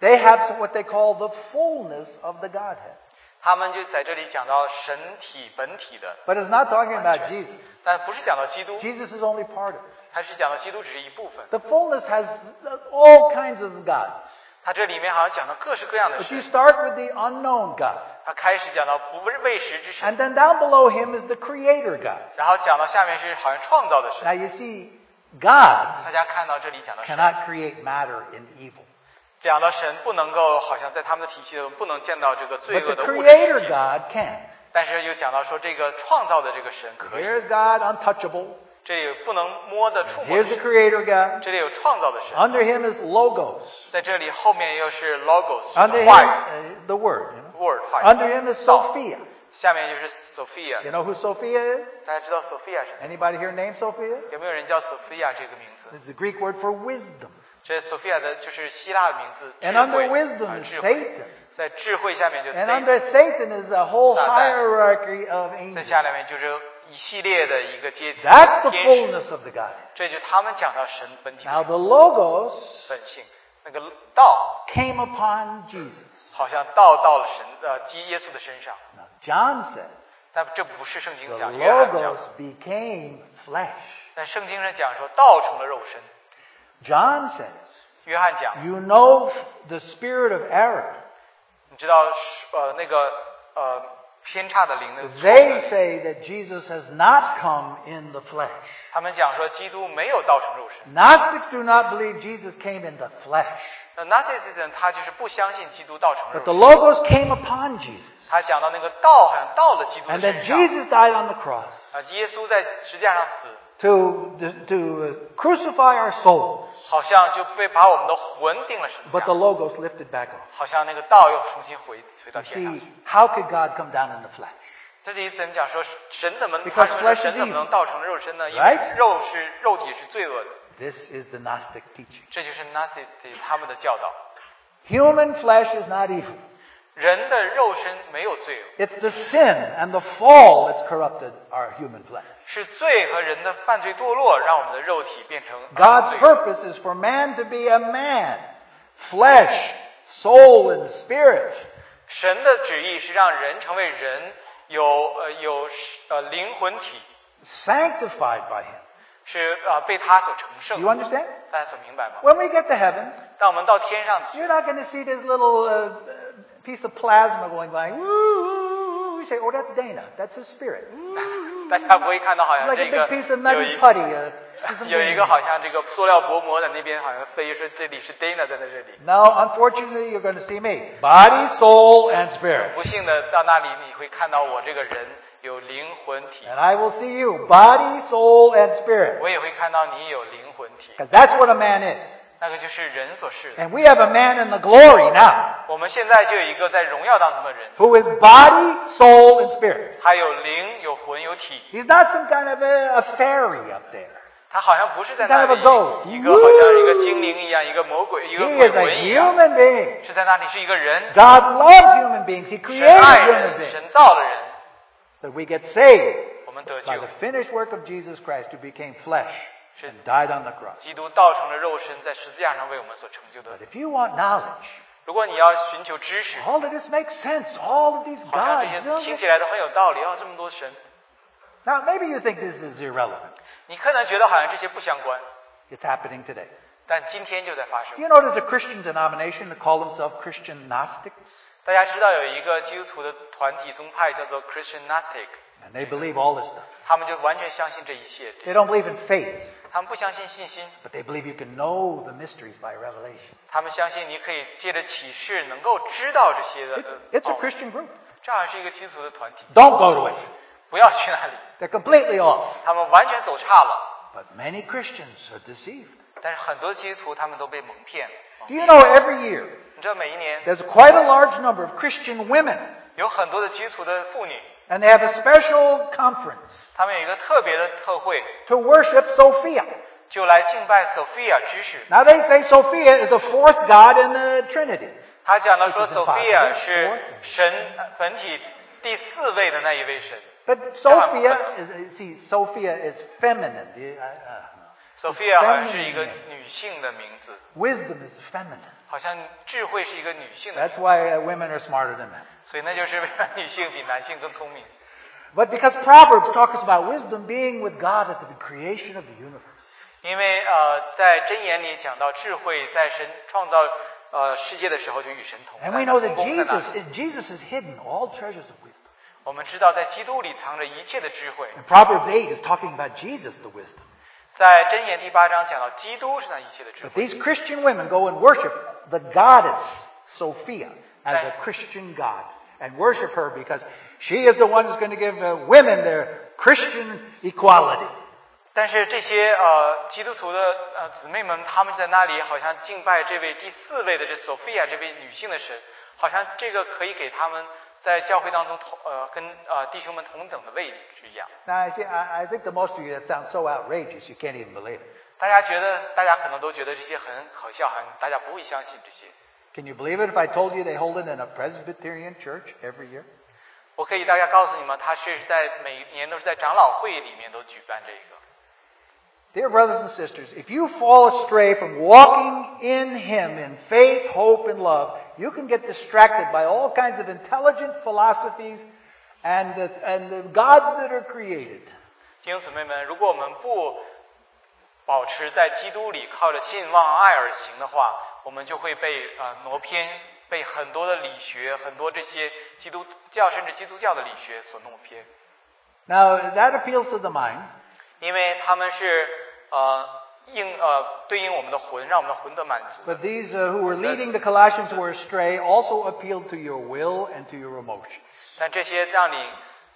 S2: they have what they call the fullness of the Godhead.
S1: 他们就在这里讲到神体本体的，
S2: But it's not talking about Jesus.
S1: 但不是讲到基督，
S2: Jesus is only part of it.
S1: 还是讲到基督只是一部分。
S2: The fullness has all kinds of gods.
S1: 他这里面好像讲到各式各样的
S2: But you
S1: 神，
S2: start with the unknown God,
S1: 他开始讲到不为喂食之神，
S2: and then down below him is the Creator God. 哎
S1: 然后讲到下面是好像创造的神。
S2: Now you see, God
S1: 大家看到这里讲到神，
S2: cannot create matter in evil.
S1: 讲到神不能够，好像在他们的体系中不能见到这个罪
S2: But
S1: 恶
S2: the
S1: 的物质世
S2: Creator
S1: 界，
S2: God can.
S1: 但是又讲到说这个创造的这个神可以，
S2: Here's God, untouchable.
S1: 这里不能摸的触摸
S2: Here's
S1: 的
S2: the
S1: 神，
S2: Creator God.
S1: 这里有创造的神，
S2: Under Him is Logos.
S1: 在这里后面又是 logos
S2: Under
S1: 的
S2: Him,
S1: 话语
S2: uh, the Word. you know.
S1: word 话语
S2: Under Him is
S1: 道
S2: Sophia.
S1: 下面就是
S2: You
S1: Sophia，
S2: know who Sophia is?
S1: 大家知道 Sophia 是谁？
S2: Anybody here named Sophia?
S1: 有没有人叫 Sophia 这个名字？
S2: This is the Greek word for wisdom.
S1: 这 Sophia 的就是希腊的名字，智
S2: And under
S1: 慧，啊
S2: wisdom is
S1: 智慧，
S2: Satan.
S1: 在智慧下面就是
S2: And
S1: 谁？
S2: under Satan is a whole
S1: Satan.
S2: hierarchy of
S1: 在
S2: angels.
S1: 下面就是一系列的一个阶级，
S2: That's the
S1: 天使
S2: fullness of the God.
S1: 这就是他们讲到神本体
S2: Now the Logos
S1: 本性，那个道
S2: came upon Jesus.
S1: 好像道到了神呃基耶稣的身上，
S2: Now John says
S1: 但这不是圣
S2: the
S1: 经讲，约翰讲
S2: Logos，became flesh.
S1: 但圣经上讲说道成了肉身，
S2: John says,
S1: 约翰讲，
S2: you know the spirit of error.
S1: 你知道呃那个呃偏差的灵那个错误
S2: They
S1: 的，
S2: say that Jesus has not come in the flesh.
S1: 他们讲说基督没有道成肉身，
S2: Mm. Gnostics do not believe Jesus came in the flesh.
S1: 那 Nazism 他就是不相信基督道成
S2: But
S1: 肉
S2: the
S1: 身，
S2: Logos came upon Jesus.
S1: 他讲到那个道好像到了基督的
S2: And that
S1: 身上，
S2: Jesus died on the cross
S1: 啊耶稣在十字架上死。
S2: to, to, to uh, crucify our souls.
S1: 好像就被把我们的魂定了十字
S2: But
S1: 架
S2: the Logos lifted back off.
S1: 好像那个道又重新回回到
S2: You
S1: 天上
S2: see,
S1: 去。
S2: how could God come down in the flesh?
S1: 这里怎么讲说神怎么他
S2: Because
S1: 说
S2: flesh is
S1: 神怎么
S2: evil.
S1: 能道成肉身呢？因为
S2: Right?
S1: 肉是肉体是罪恶的，
S2: This is the Gnostic teaching.
S1: 这就是 n a z i s t 他们的教导。
S2: Human flesh is not evil.
S1: 人的肉身没有罪恶，
S2: It's the sin and the fall that's corrupted our human flesh.
S1: 是罪和人的犯罪堕落让我们的肉体变成呃罪
S2: God's
S1: 恶。
S2: purpose is for man to be a man, flesh, soul, and spirit.
S1: 神的旨意是让人成为人，有呃有呃灵魂体，
S2: sanctified by him.
S1: 是啊、呃被他所成圣
S2: You。understand?
S1: 大家所明白吗？
S2: When we get to heaven,
S1: 当我们到天上去
S2: you're not going to see this little uh, piece of plasma going by. Woo, woo, woo. You say, oh, that's Dana. That's his spirit. Woo.
S1: 大家不会看到好像
S2: Like
S1: 这
S2: a
S1: 个
S2: big piece of
S1: 有
S2: nutty
S1: 一
S2: putty. Uh, something.
S1: 有一个好像这个塑料薄膜在那边好像飞，说这里是 Dana 在那这里。
S2: now, unfortunately, you're going to see me. Body, soul, and spirit.
S1: 不幸的到那里你会看到我这个人有灵魂体，
S2: And I will see you. Body, soul, and spirit.
S1: 我也会看到你有灵魂体，
S2: Because that's what a man is.
S1: 那个就是人所示的。
S2: And we have a man in the glory now
S1: 我们现在就有一个在荣耀当中的人，
S2: who is body, soul, and spirit.
S1: 他有灵、有魂、有体，
S2: He's not some kind of a, a fairy up there.
S1: 他好像不是在
S2: He's kind
S1: 那
S2: of
S1: 里
S2: a ghost.
S1: 一个好像一个精灵一样，一个魔鬼、一
S2: He
S1: 个鬼
S2: is
S1: 魂
S2: a
S1: 一样，
S2: human being.
S1: 是在那里是一个人。
S2: God loved human beings.
S1: 神
S2: He created
S1: 爱
S2: human
S1: 人，
S2: beings.
S1: 神造了人，
S2: That we get saved
S1: 我们得
S2: by
S1: 救
S2: the。finished work of Jesus Christ who became flesh
S1: 是
S2: and died on the cross.
S1: 基督道成了肉身，在十字架上为我们所成就的
S2: But。if you want knowledge,
S1: 如果你要寻求知识，
S2: all of this makes sense. All of these
S1: 好像这
S2: gods.
S1: 些听起来都很有道理，啊，这么多神，
S2: Now, maybe you think this is irrelevant.
S1: 你可能觉得好像这些不相关，
S2: It's happening today.
S1: 但今天就在发生
S2: Do。you know there's a Christian denomination that call themselves Christian Gnostics?
S1: 大家知道有一个基督徒的团体宗派叫做 Christian Gnostic，
S2: And they believe all this stuff.
S1: 他们就完全相信这一切，
S2: They don't believe in faith,
S1: 他们不相信信心，
S2: but they believe you can know the mysteries by revelation.
S1: 他们相信你可以借着启示能够知道这些的
S2: It-
S1: 呃
S2: it's a
S1: 奥秘。
S2: Christian group.
S1: 这好像是一个基督徒的团体，
S2: Don't go to it.
S1: 不要去那里，
S2: They're completely off.
S1: 他们完全走差了。
S2: But many Christians are deceived.
S1: 但是很多基督徒他们都被蒙骗了。
S2: Do you know every year
S1: 你知道每一年
S2: there's quite a large number of Christian women,
S1: 有很多的基督徒的妇女，
S2: and they have a special conference
S1: 他们有一个特别的特会，
S2: to worship Sophia.
S1: 就来敬拜 Sophia 知识。
S2: Now they say Sophia is the fourth god in the Trinity.
S1: 他讲到说
S2: Which is impossible.
S1: ，Sophia 是神呃本体第四位的那一位神。
S2: But Sophia is see Sophia is feminine. The- uh, uh,
S1: Sophia 好像
S2: feminine
S1: 是一个
S2: name.
S1: 女性的名字，
S2: Wisdom is feminine.
S1: 好像智慧是一个女性的名
S2: That's why uh, women are smarter than men.
S1: 字，所以那就是为了女性比男性更聪明。
S2: But because Proverbs talks about wisdom being with God at the creation of the universe.
S1: 因为呃，在箴言里讲到智慧在神创造呃世界的时候就与神同
S2: And
S1: 在
S2: we know
S1: 同
S2: that
S1: 工在那里
S2: Jesus, Jesus has hidden all treasures of wisdom.
S1: 我们知道在基督里藏着一切的智慧。
S2: And Proverbs 8 is talking about Jesus, the wisdom.
S1: 在箴言第八章讲到，基督是那一切的智
S2: But
S1: 慧。
S2: these Christian women go and worship the goddess Sophia as a Christian god and worship her because she is the one who's going to give uh, women their Christian equality.
S1: 但是这些呃基督徒的呃姊妹们，她们在那里好像敬拜这位第四位的这 Sophia 这位女性的神，好像这个可以给她们在教会当中同呃跟呃弟兄们同等的位置一样。
S2: Now, I, see, I, I think to most of you that sounds so outrageous you can't even believe it.
S1: 大家觉得，大家可能都觉得这些很可笑，很大家不会相信这些。
S2: Can you believe it if I told you they hold it in a Presbyterian church every year?
S1: 我可以大家告诉你们，它是在每年都是在长老会里面都举办这个。
S2: Dear brothers and sisters, if you fall astray from walking in Him in faith, hope, and love, you can get distracted by all kinds of intelligent philosophies and the, and the gods that are created.
S1: 弟兄姊妹们，如果我们不保持在基督里靠着信望爱而行的话，我们就会被呃挪偏，被很多的理学、很多这些基督教甚至基督教的理学所弄偏，
S2: Now, that appeals to the mind,
S1: 因为他们是呃应呃对应我们的魂，让我们的魂得满足。
S2: but these uh, who were leading the Colossians who were astray also appealed to your will and to your emotion.
S1: 但这些让你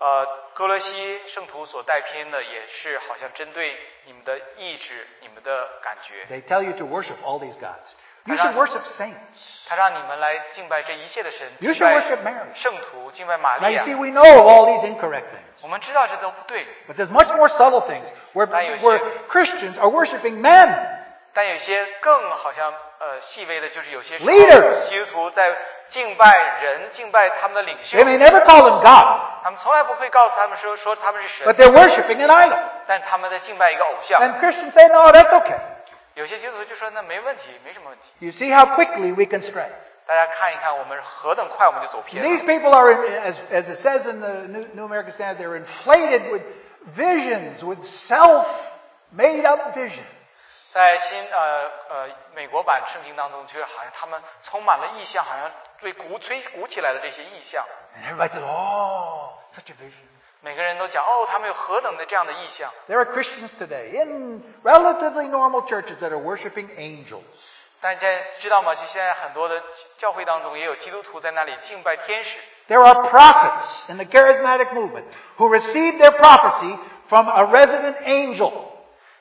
S1: 呃哥罗西圣徒所带偏的，也是好像针对你们的意志、你们的感觉，
S2: They tell you to worship all these gods. You should worship saints.
S1: 他让你们来敬拜这一切的神，
S2: You
S1: 敬
S2: should
S1: 拜
S2: worship Mary.
S1: 圣徒，敬拜玛
S2: Now,
S1: 利
S2: you
S1: 亚
S2: see,。we know of all these incorrect things.
S1: 我们知道这都不对，
S2: But there's much more subtle things where,
S1: Tayo,
S2: where Christians are worshiping men.
S1: 但有些更好像呃细微的，就是有些时候
S2: Leaders
S1: 基督徒在敬拜人、敬拜他们的领袖
S2: They，may never call them God,
S1: 他们从来不会告诉他们说说他们是
S2: but
S1: 神，
S2: they're worshiping an idol.
S1: 但他们在敬拜一个偶像。
S2: And Christians say, no, that's okay.
S1: 有些基督徒就说那没问题，没什么问题。
S2: You see how quickly we can stray.
S1: 大家看一看，我们何等快我们就走
S2: And
S1: 偏
S2: these
S1: 了。
S2: people are, in, as, as it says in the New, New American Standard, they're inflated with visions, with self made up vision.
S1: 在新呃呃美国版圣经当中，就是好像他们充满了意象，好像被鼓吹鼓起来的这些意象。
S2: And everybody says, oh, such a vision.
S1: 每个人都讲哦，他们有何等的这样的意象。
S2: There are Christians today in relatively normal churches that are worshiping angels.
S1: 但现在知道吗？就现在很多的教会当中，也有基督徒在那里敬拜天使。
S2: There are prophets in the charismatic movement who received their prophecy from a resident angel.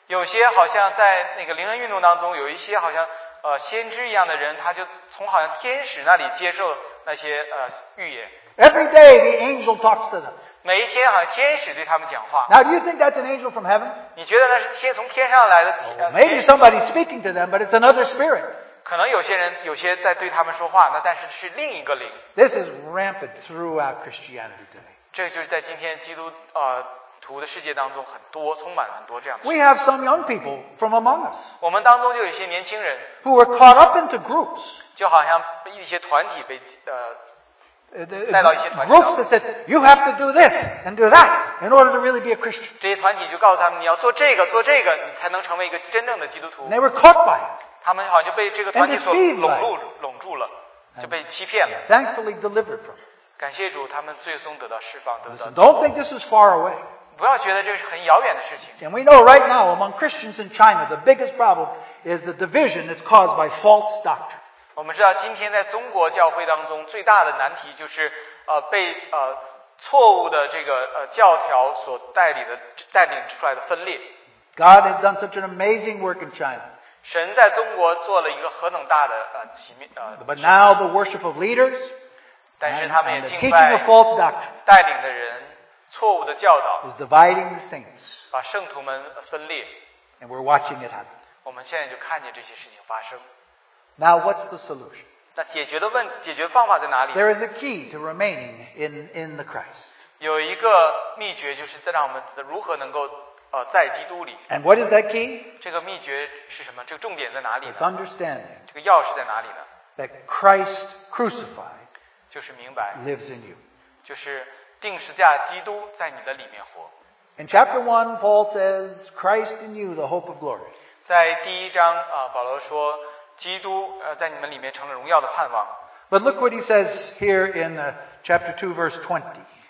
S1: 有些好像在那个灵恩运动当中，有一些好像呃先知一样的人，他就从好像天使那里接受那些呃预言。
S2: Every day the angel talks to them.
S1: 每一天好像天使对他们讲话。
S2: Now, do you think that's an angel from heaven?
S1: 你觉得那是天从天上来的？呃
S2: Well, 哦 maybe
S1: 天使
S2: somebody's speaking to them, but it's another spirit.
S1: 可能有些人有些在对他们说话，那但是是另一个灵。
S2: This is rampant throughout Christianity today.
S1: 这就是在今天基督呃徒的世界当中很多充满很多这样的事。
S2: We have some young people from among us
S1: 我们当中就有一些年轻人，
S2: who were caught up into groups.
S1: 就好像被一些团体被呃，
S2: Uh, the-
S1: Tayo,
S2: Groups that said, you have to do this and do that in order to really be a Christian.
S1: 这些团体就告诉他们，你要做这个做这个，你才能成为一个真正的基督徒
S2: And。they were caught by
S1: 他们好像就被这个团体所
S2: And deceived by
S1: 笼住笼住了，
S2: 嗯
S1: 就被欺骗
S2: it,
S1: 了。
S2: thankfully delivered from it.
S1: 感谢主，他们最终得到释放，得
S2: So
S1: 到。
S2: don't think this is far away.
S1: 不要觉得这是很遥远的事情。
S2: And we know right now among Christians in China, the biggest problem is the division that's caused by false doctrine.
S1: 我们知道，今天在中国教会当中最大的难题就是呃被呃错误的这个呃教条所带领的带领出来的分裂。
S2: God has done such an amazing work in China.
S1: 神在中国做了一个何等大的呃奇妙呃，
S2: But now the worship of leaders
S1: 但是
S2: and,
S1: 他们
S2: and the
S1: 也
S2: teaching
S1: 敬拜
S2: of false doctrine
S1: 带领的人错误的教导，
S2: is dividing the saints.
S1: 把圣徒们分裂。
S2: And we're watching it happen.
S1: 我们现在就看见这些事情发生。
S2: Now, what's the solution?
S1: 那解决的问解决方法在哪里？
S2: There is a key to remaining in, in the Christ.
S1: 有一个秘诀，就是在让我们如何能够呃在基督里。
S2: And what is that key?
S1: 这个秘诀是什么？这个重点在哪里
S2: It's
S1: 呢？
S2: understanding
S1: 这个钥匙在哪里呢？
S2: that Christ crucified
S1: 就是明白，
S2: lives in you.
S1: 就是定时架基督在你的里面活。
S2: In chapter 1, Paul says, Christ in you, the hope of glory.
S1: 在第一章啊、呃保罗说，基督呃在你们里面成了荣耀的盼望。
S2: But look what he says here in uh, chapter 2, verse 20.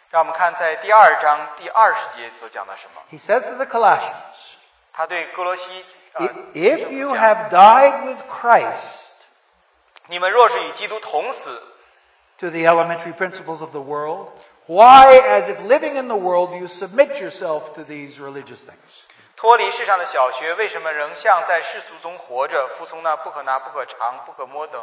S1: 让我们看在第二章第二十节所讲的什么。
S2: He says to the Colossians,
S1: 他对哥罗西，呃
S2: I-，If you have died with Christ
S1: 你们若是与基督同死，
S2: to the elementary principles of the world, why, as if living in the world, you submit yourself to these religious things?
S1: 脱离世上的小学，为什么仍像在世俗中活着，服从那不可拿、不可尝、不可摸等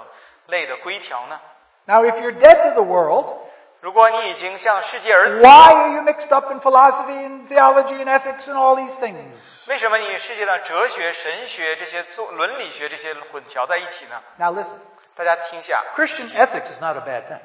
S1: 类的规条呢？
S2: Now, if you're dead to the world,
S1: 如果你已经向世界而死，
S2: why are you mixed up in philosophy and theology and ethics and all these things?
S1: 为什么你与世界上哲学、神学这些做伦理学这些混淆在一起呢？
S2: Now, listen
S1: 大家听一下，
S2: Christian ethics is not a bad thing,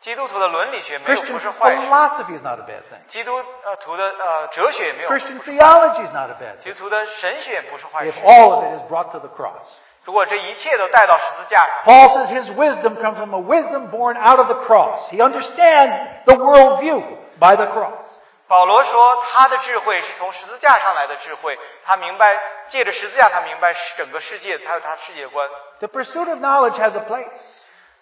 S1: 基督徒的伦理学没有
S2: Christian
S1: 不是坏事，
S2: philosophy is not a bad thing,
S1: 基督呃徒的呃哲学也没有，
S2: Christian theology is not a bad
S1: 基
S2: thing.
S1: 督徒的神学也不是坏
S2: If
S1: 事。
S2: all of it is brought to the cross,
S1: 如果这一切都带到十字架上，
S2: Paul says his wisdom comes from a wisdom born out of the cross. He understands the worldview by the cross.
S1: 保罗说他的智慧是从十字架上来的智慧，他明白借着十字架，他明白是整个世界，他有他世界观。
S2: The pursuit of knowledge has a place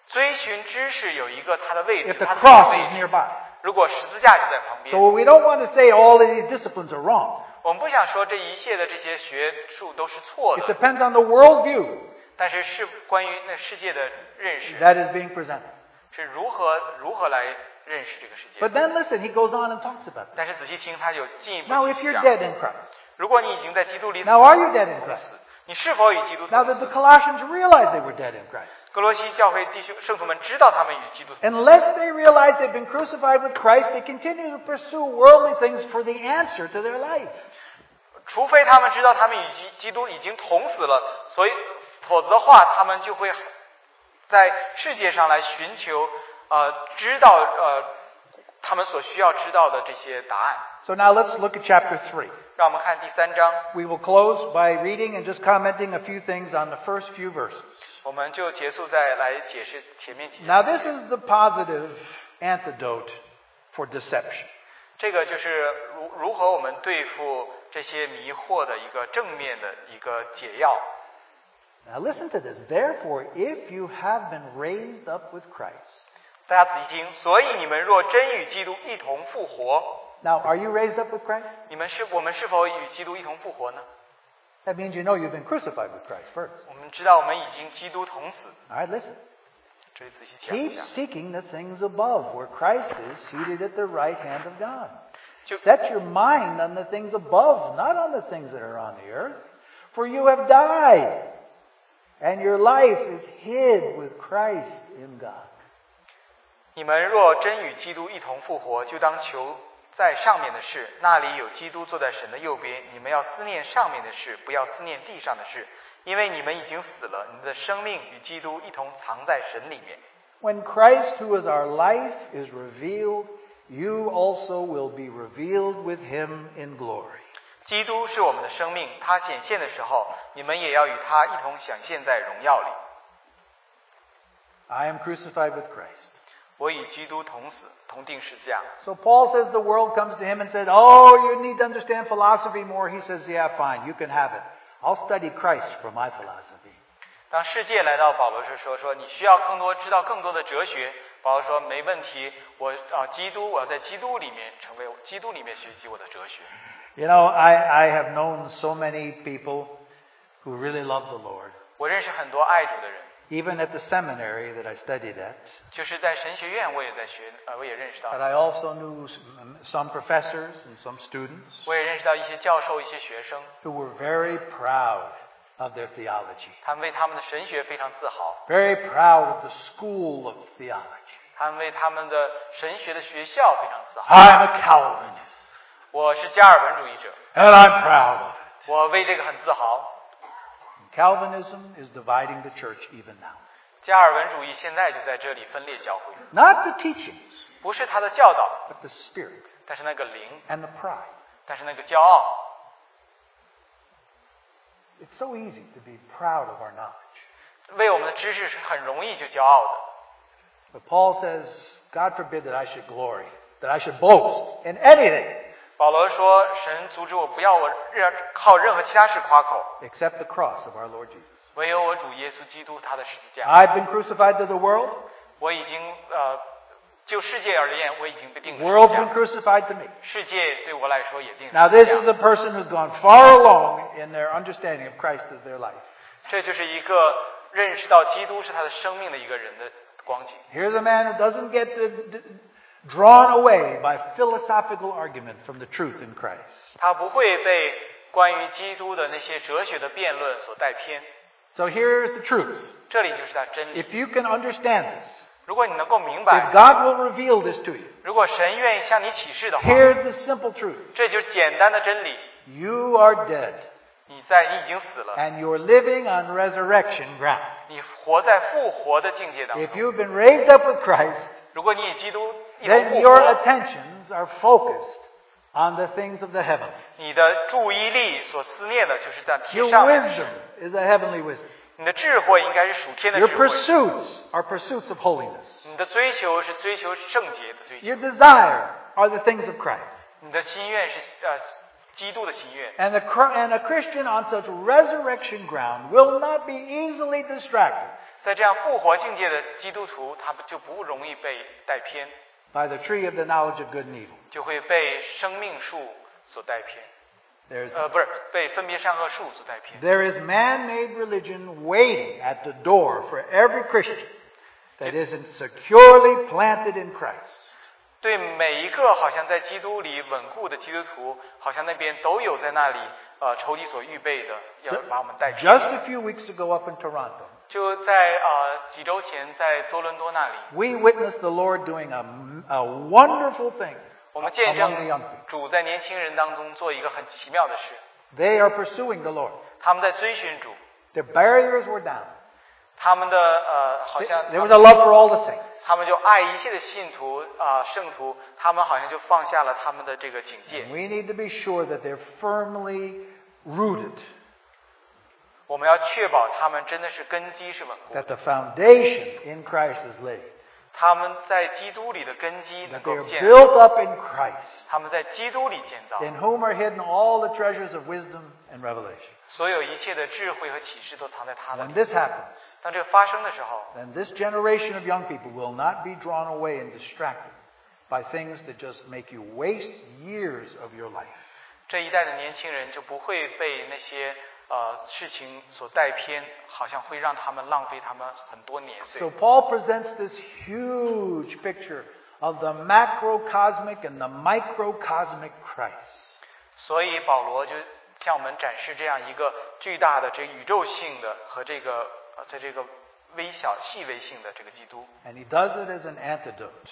S1: 追寻知识有一个它的位置
S2: if the，
S1: 它的
S2: cross
S1: 位
S2: is
S1: 置。
S2: nearby.
S1: 如果十字架就在旁边，
S2: So we don't want to say all of these disciplines are wrong.
S1: 我们不想说这一切的这些学术都是错
S2: It
S1: 的，
S2: depends on the worldview
S1: 但是是关于那世界的认识
S2: that is being presented.
S1: 是如何如何来认识这个世
S2: But
S1: 界。
S2: then listen, he goes on and talks about that.
S1: 但是仔细听，他有进一步
S2: Now,
S1: 去
S2: if you're
S1: 讲
S2: dead in Christ,
S1: 如果你已经在基督里死
S2: now are you dead in Christ?
S1: 你是否与基督同
S2: Now that the
S1: 死？
S2: Colossians realized they were dead in Christ,
S1: 格罗西教会弟兄圣徒们知道他们与基督同死
S2: unless they realize they've been crucified with Christ, they continue to pursue worldly things for the answer to their life.
S1: 除非他们知道他们与基基督已经同死了，所以否则的话，他们就会在世界上来寻求呃知道呃他们所需要知道的这些答案。
S2: So now let's look at chapter 3.
S1: 让我们看第三章，
S2: We will close by reading and just commenting a few things on the first few verses.
S1: 我们就结束再来解释前面几节。
S2: Now, this is the positive antidote for deception.
S1: 这个就是如如何我们对付这些迷惑的一个正面的一个解药。
S2: Now, listen to this. Therefore, if you have been raised up with Christ.
S1: 大家仔细听，所以你们若真与基督一同复活，
S2: Now, are you raised up with Christ?
S1: 你们是我们是否与基督一同复活呢？
S2: That means you know you've been crucified with Christ first.
S1: 我们知道我们已经基督同死，
S2: All right, listen.
S1: 这里仔细讲
S2: Keep
S1: 一下，
S2: seeking the things above, where Christ is seated at the right hand of God.
S1: 就
S2: Set your mind on the things above, not on the things that are on the earth. For you have died, and your life is hid with Christ in God.
S1: 你们若真与基督一同复活，就当求在上面的事，那里有基督坐在神的右边。你们要思念上面的事，不要思念地上的事，因为你们已经死了，你们的生命与基督一同藏在神里面。
S2: When Christ, who is our life, is revealed, you also will be revealed with him in glory.
S1: 基督是我们的生命，他显现的时候，你们也要与他一同显现在荣耀里。
S2: I am crucified with Christ.
S1: 我与基督同死，同定十字架。
S2: So Paul says the world comes to him and said, Oh, you need to understand philosophy more. He says, Yeah, fine, you can have it. I'll study Christ for my philosophy.
S1: 当世界来到保罗时说说你需要更多知道更多的哲学，保罗说没问题，我啊基督，我要在基督里面成为基督里面学习我的哲学。
S2: You know, I, I have known so many people who really love the Lord,
S1: 我认识很多爱主的人，
S2: even at the seminary that I studied at.
S1: 就是在神学院我也在学，呃我也认识到
S2: But，I also knew some- some professors and some students
S1: 我也认识到一些教授、一些学生，
S2: who were very proud of their theology,
S1: 他们为他们的神学非常自豪，
S2: very proud of the school of theology.
S1: 他们为他们的神学的学校非常自豪。
S2: I'm a Calvinist,
S1: 我是加尔文主义者，
S2: and I'm proud of it.
S1: 我为这个很自豪。
S2: Calvinism is dividing the church even now.
S1: 加尔文主义现在就在这里分裂教会，
S2: Not the teachings,
S1: 不是他的教导，
S2: but the spirit
S1: 但是那个灵，
S2: and the pride.
S1: 但是那个骄傲。
S2: It's so easy to be proud of our knowledge.
S1: 为我们的知识是很容易就骄傲的。
S2: But Paul says, God forbid that I should glory, that I should boast in anything
S1: 保罗说：“神阻止我，不要我任靠任何其他事夸口，
S2: except the cross of our Lord Jesus.
S1: 唯有我主耶稣基督他的十字架。
S2: 啊 I've been crucified to the world,
S1: 我已经呃就世界而言，我已经被定
S2: The
S1: 了十
S2: world's
S1: 字
S2: been
S1: 架。
S2: crucified to me.
S1: 世界对我来说也定了
S2: Now, this
S1: 十
S2: is
S1: 字架。
S2: a person who's gone far along in their understanding of Christ as their life.
S1: 这就是一个认识到基督是他的生命的一个人的光景。
S2: Here's a man who doesn't get d- d- drawn away by philosophical argument from the truth in Christ.
S1: 他不会被关于基督的那些哲学的辩论所带偏。
S2: So here's the truth.
S1: 这里就是他真理。
S2: If you can understand this,
S1: 如果你能够明
S2: if
S1: 白，
S2: God will reveal this to you,
S1: 如果神愿意向你启示的话，
S2: here's the simple truth.
S1: 这就是简单的真理。
S2: You are dead,
S1: 你在你已经死了，
S2: and you're living on resurrection ground.
S1: 你活在复活的境界当
S2: If
S1: 中。
S2: you've been raised up with Christ,
S1: 如果你与基督一同
S2: then
S1: 复
S2: your
S1: 活，
S2: attentions are focused on the things of the heaven.
S1: 你的注意力所思念的就是在
S2: Your
S1: 天上的事
S2: wisdom is a heavenly wisdom.
S1: 你的智慧应该是属天的
S2: Your
S1: 智慧，
S2: pursuits are pursuits of holiness.
S1: 你的追求是追求圣洁的追求，
S2: Your desire are the things of Christ.
S1: 你的心愿是呃基督的心愿。
S2: And a, cr- and a Christian on such resurrection ground will not be easily distracted
S1: 在这样复活境界的基督徒，他就不容易被带偏，
S2: by the tree of the knowledge of good and evil.
S1: 就会被生命树所带偏，
S2: There's,
S1: 呃，不是被分别善恶树所带偏。
S2: there is man made religion waiting at the door for every Christian that isn't securely planted in Christ.
S1: 对每一个好像在基督里稳固的基督徒，好像那边都有在那里，呃，仇敌所预备的，要把我们带偏。
S2: Just a few weeks ago up in Toronto,
S1: 就在呃几周前，在多伦多那里，
S2: we witnessed the Lord doing a, a wonderful thing
S1: 我们见
S2: among the young
S1: 证
S2: people.
S1: 主在年轻人当中做一个很奇妙的事，
S2: They are pursuing the Lord.
S1: 他们在追寻主，
S2: Their barriers were down.
S1: 他们的呃好
S2: There
S1: 像
S2: there was a love for all the saints.
S1: 他们就爱一切的信徒啊、呃圣徒，他们好像就放下了他们的这个警戒
S2: And。we need to be sure that they're firmly rooted,
S1: 我们要确保他们真的是根基是稳固，
S2: that the foundation in Christ is laid,
S1: 他们在基督里的根基能
S2: that they
S1: 够
S2: are
S1: 建，
S2: built up in Christ,
S1: 他们在基督里建造，
S2: in whom are hidden all the treasures of wisdom and revelation.
S1: 所有一切的智慧和启示都藏在他的
S2: When
S1: 里。
S2: this happens,
S1: 当这个发生的时候，
S2: then this generation of young people will not be drawn away and distracted by things that just make you waste years of your life.
S1: 这一代的年轻人就不会被那些呃事情所带偏，好像会让他们浪费他们很多年岁
S2: So。Paul presents this huge picture of the macrocosmic and the microcosmic Christ.
S1: 所以保罗就向我们展示这样一个巨大的这宇宙性的和这个呃，在这个微小细微性的这个基督，
S2: And he does it as an antidote.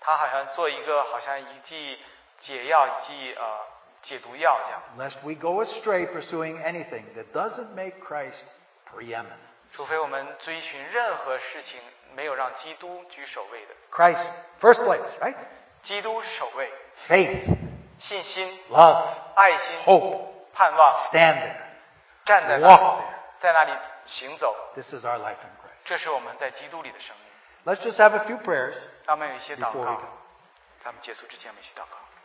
S1: 他好像做一个好像一剂解药，一剂呃解毒药一样，
S2: lest we go astray pursuing anything that doesn't make Christ preeminent.
S1: 除非我们追寻任何事情没有让基督居首位的，
S2: Christ, first place, right?
S1: 基督是首位，
S2: Faith,
S1: 信心、
S2: love,
S1: 爱心、
S2: hope.
S1: 盼望，
S2: Stand there.
S1: 站在那
S2: Walk
S1: 里
S2: there.，
S1: 在那里行走，
S2: This is our life in Christ.
S1: 这是我们在基督里的生命。
S2: Let's just have a few prayers
S1: 让我们有一些祷
S2: before we
S1: 告
S2: go.，
S1: 咱们结束之前，我们一起祷告。